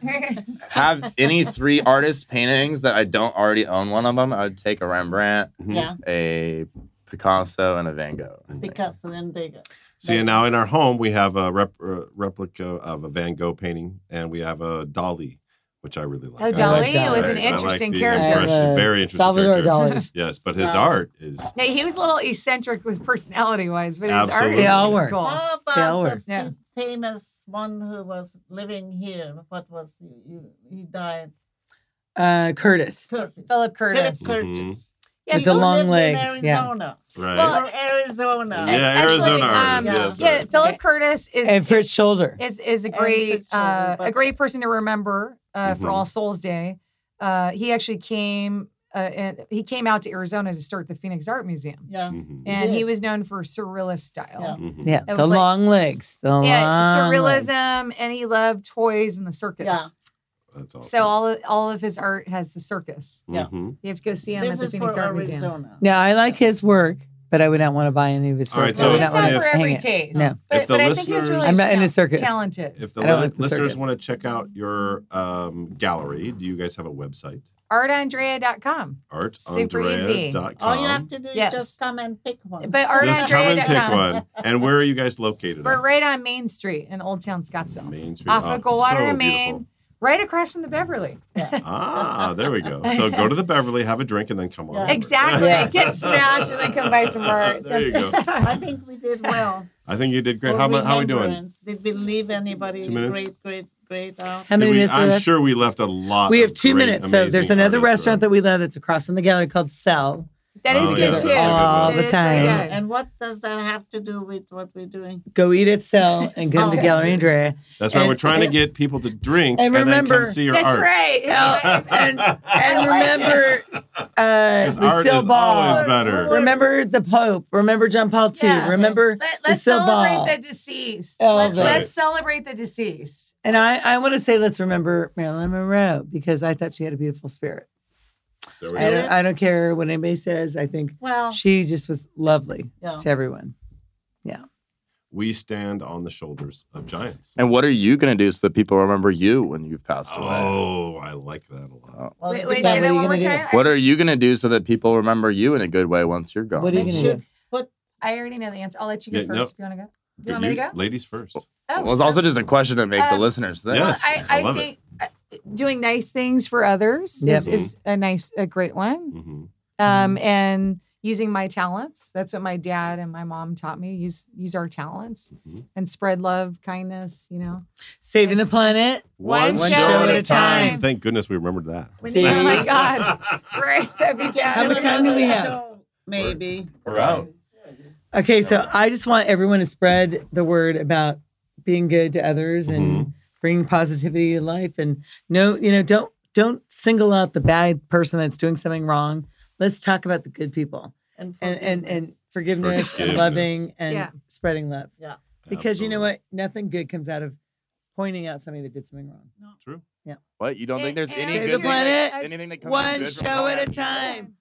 [SPEAKER 2] have any three artist paintings that I don't already own one of them, I would take a Rembrandt,
[SPEAKER 3] Mhm.
[SPEAKER 5] [LAUGHS] yeah.
[SPEAKER 2] a Picasso, and a Van Gogh.
[SPEAKER 5] Because then they go.
[SPEAKER 3] See, and now in our home, we have a rep- uh, replica of a Van Gogh painting, and we we have a Dali, which I really like.
[SPEAKER 4] Oh,
[SPEAKER 3] I
[SPEAKER 4] Dali
[SPEAKER 1] Dali.
[SPEAKER 4] was
[SPEAKER 1] I
[SPEAKER 4] an
[SPEAKER 1] like
[SPEAKER 4] interesting
[SPEAKER 3] the
[SPEAKER 4] character.
[SPEAKER 3] expression.
[SPEAKER 1] Uh,
[SPEAKER 3] Very interesting
[SPEAKER 1] Salvador
[SPEAKER 3] character.
[SPEAKER 1] Dali.
[SPEAKER 3] Yes, but his
[SPEAKER 5] Wow.
[SPEAKER 3] art is.
[SPEAKER 4] Now, he was a little eccentric with personality wise, but
[SPEAKER 3] Absolutely.
[SPEAKER 4] his
[SPEAKER 1] They all
[SPEAKER 4] art
[SPEAKER 1] were.
[SPEAKER 4] is cool.
[SPEAKER 5] How
[SPEAKER 1] Delaware.
[SPEAKER 5] about the
[SPEAKER 4] Yeah.
[SPEAKER 5] f- famous one who was living here? What was he? He, he died.
[SPEAKER 1] Uh, Curtis.
[SPEAKER 5] Curtis.
[SPEAKER 4] Philip
[SPEAKER 5] Philip
[SPEAKER 4] Curtis.
[SPEAKER 5] Curtis.
[SPEAKER 4] Yeah,
[SPEAKER 1] With the
[SPEAKER 4] he-
[SPEAKER 1] long
[SPEAKER 5] lived in
[SPEAKER 1] legs, yeah.
[SPEAKER 5] Arizona.
[SPEAKER 3] Right.
[SPEAKER 4] Well,
[SPEAKER 5] Or Arizona.
[SPEAKER 3] Yeah, Arizona
[SPEAKER 5] artists, yeah, that's
[SPEAKER 4] um, yeah,
[SPEAKER 3] right.
[SPEAKER 4] Philip Curtis is
[SPEAKER 1] And Fritz Schulder.
[SPEAKER 4] is is a
[SPEAKER 5] And
[SPEAKER 4] great
[SPEAKER 5] Fitzgerald,
[SPEAKER 4] uh, a
[SPEAKER 5] but-
[SPEAKER 4] great person to remember uh,
[SPEAKER 1] Mm-hmm.
[SPEAKER 4] for
[SPEAKER 3] Mhm.
[SPEAKER 4] All Souls Day. Uh, he actually came uh, and he came out to Arizona to start the Phoenix Art Museum,
[SPEAKER 5] Yeah.
[SPEAKER 3] Mhm.
[SPEAKER 4] and he
[SPEAKER 5] did.
[SPEAKER 4] was known for surrealist style.
[SPEAKER 3] Mhm.
[SPEAKER 1] Yeah,
[SPEAKER 4] was
[SPEAKER 1] the
[SPEAKER 4] like-
[SPEAKER 1] long legs. The long legs.
[SPEAKER 4] surrealism, and he loved toys and the circus.
[SPEAKER 5] Yeah.
[SPEAKER 3] That's awesome.
[SPEAKER 4] So all of, all of his art has the circus.
[SPEAKER 5] yeah.
[SPEAKER 3] Mhm.
[SPEAKER 4] You have to go see him
[SPEAKER 5] This
[SPEAKER 4] at the
[SPEAKER 5] is
[SPEAKER 4] Phoenix
[SPEAKER 5] for
[SPEAKER 4] Art Museum.
[SPEAKER 5] Arizona.
[SPEAKER 1] Now I like his work, but I would not want to buy any of his
[SPEAKER 3] All
[SPEAKER 1] work.
[SPEAKER 3] right, so
[SPEAKER 1] I would
[SPEAKER 3] if-
[SPEAKER 1] not want
[SPEAKER 4] not
[SPEAKER 1] to
[SPEAKER 3] if-
[SPEAKER 4] for
[SPEAKER 1] hang
[SPEAKER 4] every
[SPEAKER 1] it.
[SPEAKER 4] taste.
[SPEAKER 1] No.
[SPEAKER 4] But,
[SPEAKER 3] If the
[SPEAKER 4] but I think he was
[SPEAKER 3] listeners-
[SPEAKER 4] really
[SPEAKER 1] I'm not into
[SPEAKER 4] ta-
[SPEAKER 1] circus.
[SPEAKER 4] talented.
[SPEAKER 3] If the,
[SPEAKER 1] I don't
[SPEAKER 3] li-
[SPEAKER 1] like the
[SPEAKER 3] listeners
[SPEAKER 1] circus.
[SPEAKER 3] want to check out your um, gallery, do you guys have a website?
[SPEAKER 4] Artandrea.com. Super easy.
[SPEAKER 3] ArtAndrea.com.
[SPEAKER 5] All you have to do
[SPEAKER 4] Yes.
[SPEAKER 5] is just come and pick one.
[SPEAKER 4] But Art
[SPEAKER 3] Just come and pick
[SPEAKER 4] Artandrea.com.
[SPEAKER 3] one. And where are you guys located?
[SPEAKER 4] We're
[SPEAKER 3] at?
[SPEAKER 4] right on Main Street in Old Town Scottsdale.
[SPEAKER 3] Main Street.
[SPEAKER 4] off
[SPEAKER 3] Oh,
[SPEAKER 4] of Goldwater,
[SPEAKER 3] so
[SPEAKER 4] Maine, right across from the Beverly.
[SPEAKER 3] beautiful. Ah, there we
[SPEAKER 4] [LAUGHS]
[SPEAKER 3] go. So go to the Beverly, have a drink, and then come on.
[SPEAKER 5] Yeah.
[SPEAKER 3] over. [LAUGHS]
[SPEAKER 4] Exactly.
[SPEAKER 1] Yes.
[SPEAKER 4] Get smashed and then come buy some art.
[SPEAKER 3] There you go.
[SPEAKER 5] I think we did well.
[SPEAKER 3] I think you did great.
[SPEAKER 5] for
[SPEAKER 3] How, mu- how are we doing?
[SPEAKER 5] remembrance. Did we leave anybody
[SPEAKER 3] Two minutes?
[SPEAKER 5] great, great, great out?
[SPEAKER 1] How many
[SPEAKER 3] Did we-
[SPEAKER 1] minutes? are
[SPEAKER 3] I'm
[SPEAKER 1] left?
[SPEAKER 3] sure we left a lot.
[SPEAKER 1] we
[SPEAKER 3] of
[SPEAKER 1] have two
[SPEAKER 3] great,
[SPEAKER 1] minutes. So there's
[SPEAKER 3] amazing
[SPEAKER 1] another
[SPEAKER 3] artists
[SPEAKER 1] restaurant
[SPEAKER 3] around.
[SPEAKER 1] that we love that's across from the gallery called Cell.
[SPEAKER 4] That is
[SPEAKER 3] Oh,
[SPEAKER 4] good
[SPEAKER 3] yeah.
[SPEAKER 4] too.
[SPEAKER 3] All
[SPEAKER 4] That
[SPEAKER 1] the
[SPEAKER 4] is
[SPEAKER 1] time.
[SPEAKER 4] really good.
[SPEAKER 5] And what does that have to do with what we're doing?
[SPEAKER 1] Go eat at
[SPEAKER 4] [LAUGHS]
[SPEAKER 1] Cell and come to
[SPEAKER 5] Okay.
[SPEAKER 1] Gallery Andrea.
[SPEAKER 3] That's right. We're
[SPEAKER 1] and-
[SPEAKER 3] trying to get people to drink
[SPEAKER 1] and
[SPEAKER 3] and, then
[SPEAKER 1] remember-
[SPEAKER 3] come see your
[SPEAKER 4] That's
[SPEAKER 3] art.
[SPEAKER 4] right.
[SPEAKER 1] Oh, [LAUGHS] and
[SPEAKER 3] [LAUGHS]
[SPEAKER 1] and remember uh,
[SPEAKER 3] 'Cause art
[SPEAKER 1] Lucille
[SPEAKER 3] is always
[SPEAKER 1] Ball.
[SPEAKER 3] better.
[SPEAKER 1] Remember the Pope. Remember John Paul II.
[SPEAKER 4] Yeah.
[SPEAKER 1] Remember
[SPEAKER 4] Let, us
[SPEAKER 1] Lucille
[SPEAKER 4] celebrate
[SPEAKER 1] Ball.
[SPEAKER 4] the deceased.
[SPEAKER 1] Oh,
[SPEAKER 4] let's,
[SPEAKER 1] that's
[SPEAKER 4] let's
[SPEAKER 3] right.
[SPEAKER 4] celebrate the deceased.
[SPEAKER 1] And I, I want to say let's remember Marilyn Monroe because I thought she had a beautiful spirit.
[SPEAKER 3] There we
[SPEAKER 1] I
[SPEAKER 3] go.
[SPEAKER 1] don't, I don't care what anybody says. I think
[SPEAKER 5] Well,
[SPEAKER 1] she just was lovely
[SPEAKER 5] yeah.
[SPEAKER 1] to everyone.
[SPEAKER 3] We stand on the shoulders of giants.
[SPEAKER 2] And what are you gonna do so that people remember you when you've passed away?
[SPEAKER 3] Oh, I like that a lot.
[SPEAKER 5] Well,
[SPEAKER 4] wait,
[SPEAKER 5] it
[SPEAKER 4] wait,
[SPEAKER 1] Then what are
[SPEAKER 4] say that
[SPEAKER 1] you
[SPEAKER 4] one more
[SPEAKER 1] gonna do?
[SPEAKER 4] time.
[SPEAKER 2] What are you gonna do so that people remember you in a good way once you're gone?
[SPEAKER 1] What are you
[SPEAKER 5] Make
[SPEAKER 1] going
[SPEAKER 5] sure-
[SPEAKER 1] to do?
[SPEAKER 4] I already know the answer. I'll let you go
[SPEAKER 3] Yeah,
[SPEAKER 4] first
[SPEAKER 3] no.
[SPEAKER 4] if you want to go.
[SPEAKER 3] Good,
[SPEAKER 4] want me to
[SPEAKER 3] you-
[SPEAKER 4] go?
[SPEAKER 3] Ladies first.
[SPEAKER 4] Oh,
[SPEAKER 2] Well, it's also just a question to make the
[SPEAKER 1] Uh,
[SPEAKER 4] Um,
[SPEAKER 2] listeners think.
[SPEAKER 4] well,
[SPEAKER 3] Yes,
[SPEAKER 4] I,
[SPEAKER 3] I
[SPEAKER 4] I,
[SPEAKER 3] love it.
[SPEAKER 4] think uh, doing nice things for others
[SPEAKER 1] Yep.
[SPEAKER 4] is, is a nice, a great one.
[SPEAKER 3] Mhm.
[SPEAKER 4] um, and using my talents. That's what my dad and my mom taught me. Use use our talents
[SPEAKER 3] Mhm.
[SPEAKER 4] and spread love, kindness. You know.
[SPEAKER 1] Saving the
[SPEAKER 4] It's-
[SPEAKER 1] planet.
[SPEAKER 3] One, show, at a time.
[SPEAKER 1] time.
[SPEAKER 3] Thank goodness we remembered [LAUGHS] that.
[SPEAKER 4] When
[SPEAKER 1] See?
[SPEAKER 4] you, oh
[SPEAKER 1] [LAUGHS]
[SPEAKER 4] my God! Right. That'd be
[SPEAKER 1] How much time do we have?
[SPEAKER 5] Maybe.
[SPEAKER 2] We're out.
[SPEAKER 1] Okay, so I just want everyone to spread the word about being good to others and bringing positivity to life. And no, you know, don't don't single out the bad person that's doing something wrong. Let's talk about the good people.
[SPEAKER 5] and
[SPEAKER 1] and and, and
[SPEAKER 5] Oh, forgiveness.
[SPEAKER 1] forgiveness, and
[SPEAKER 3] Forgiveness.
[SPEAKER 1] loving and
[SPEAKER 4] Yeah.
[SPEAKER 1] spreading love.
[SPEAKER 5] Yeah.
[SPEAKER 1] Because you know what? Nothing good comes out of pointing out somebody that did something wrong.
[SPEAKER 3] True.
[SPEAKER 2] What you don't think there's
[SPEAKER 4] And-
[SPEAKER 2] any
[SPEAKER 1] Save
[SPEAKER 2] good
[SPEAKER 1] the
[SPEAKER 2] thing-
[SPEAKER 1] planet.
[SPEAKER 2] anything that comes
[SPEAKER 1] One
[SPEAKER 2] good from
[SPEAKER 1] show at a
[SPEAKER 2] that?
[SPEAKER 1] time.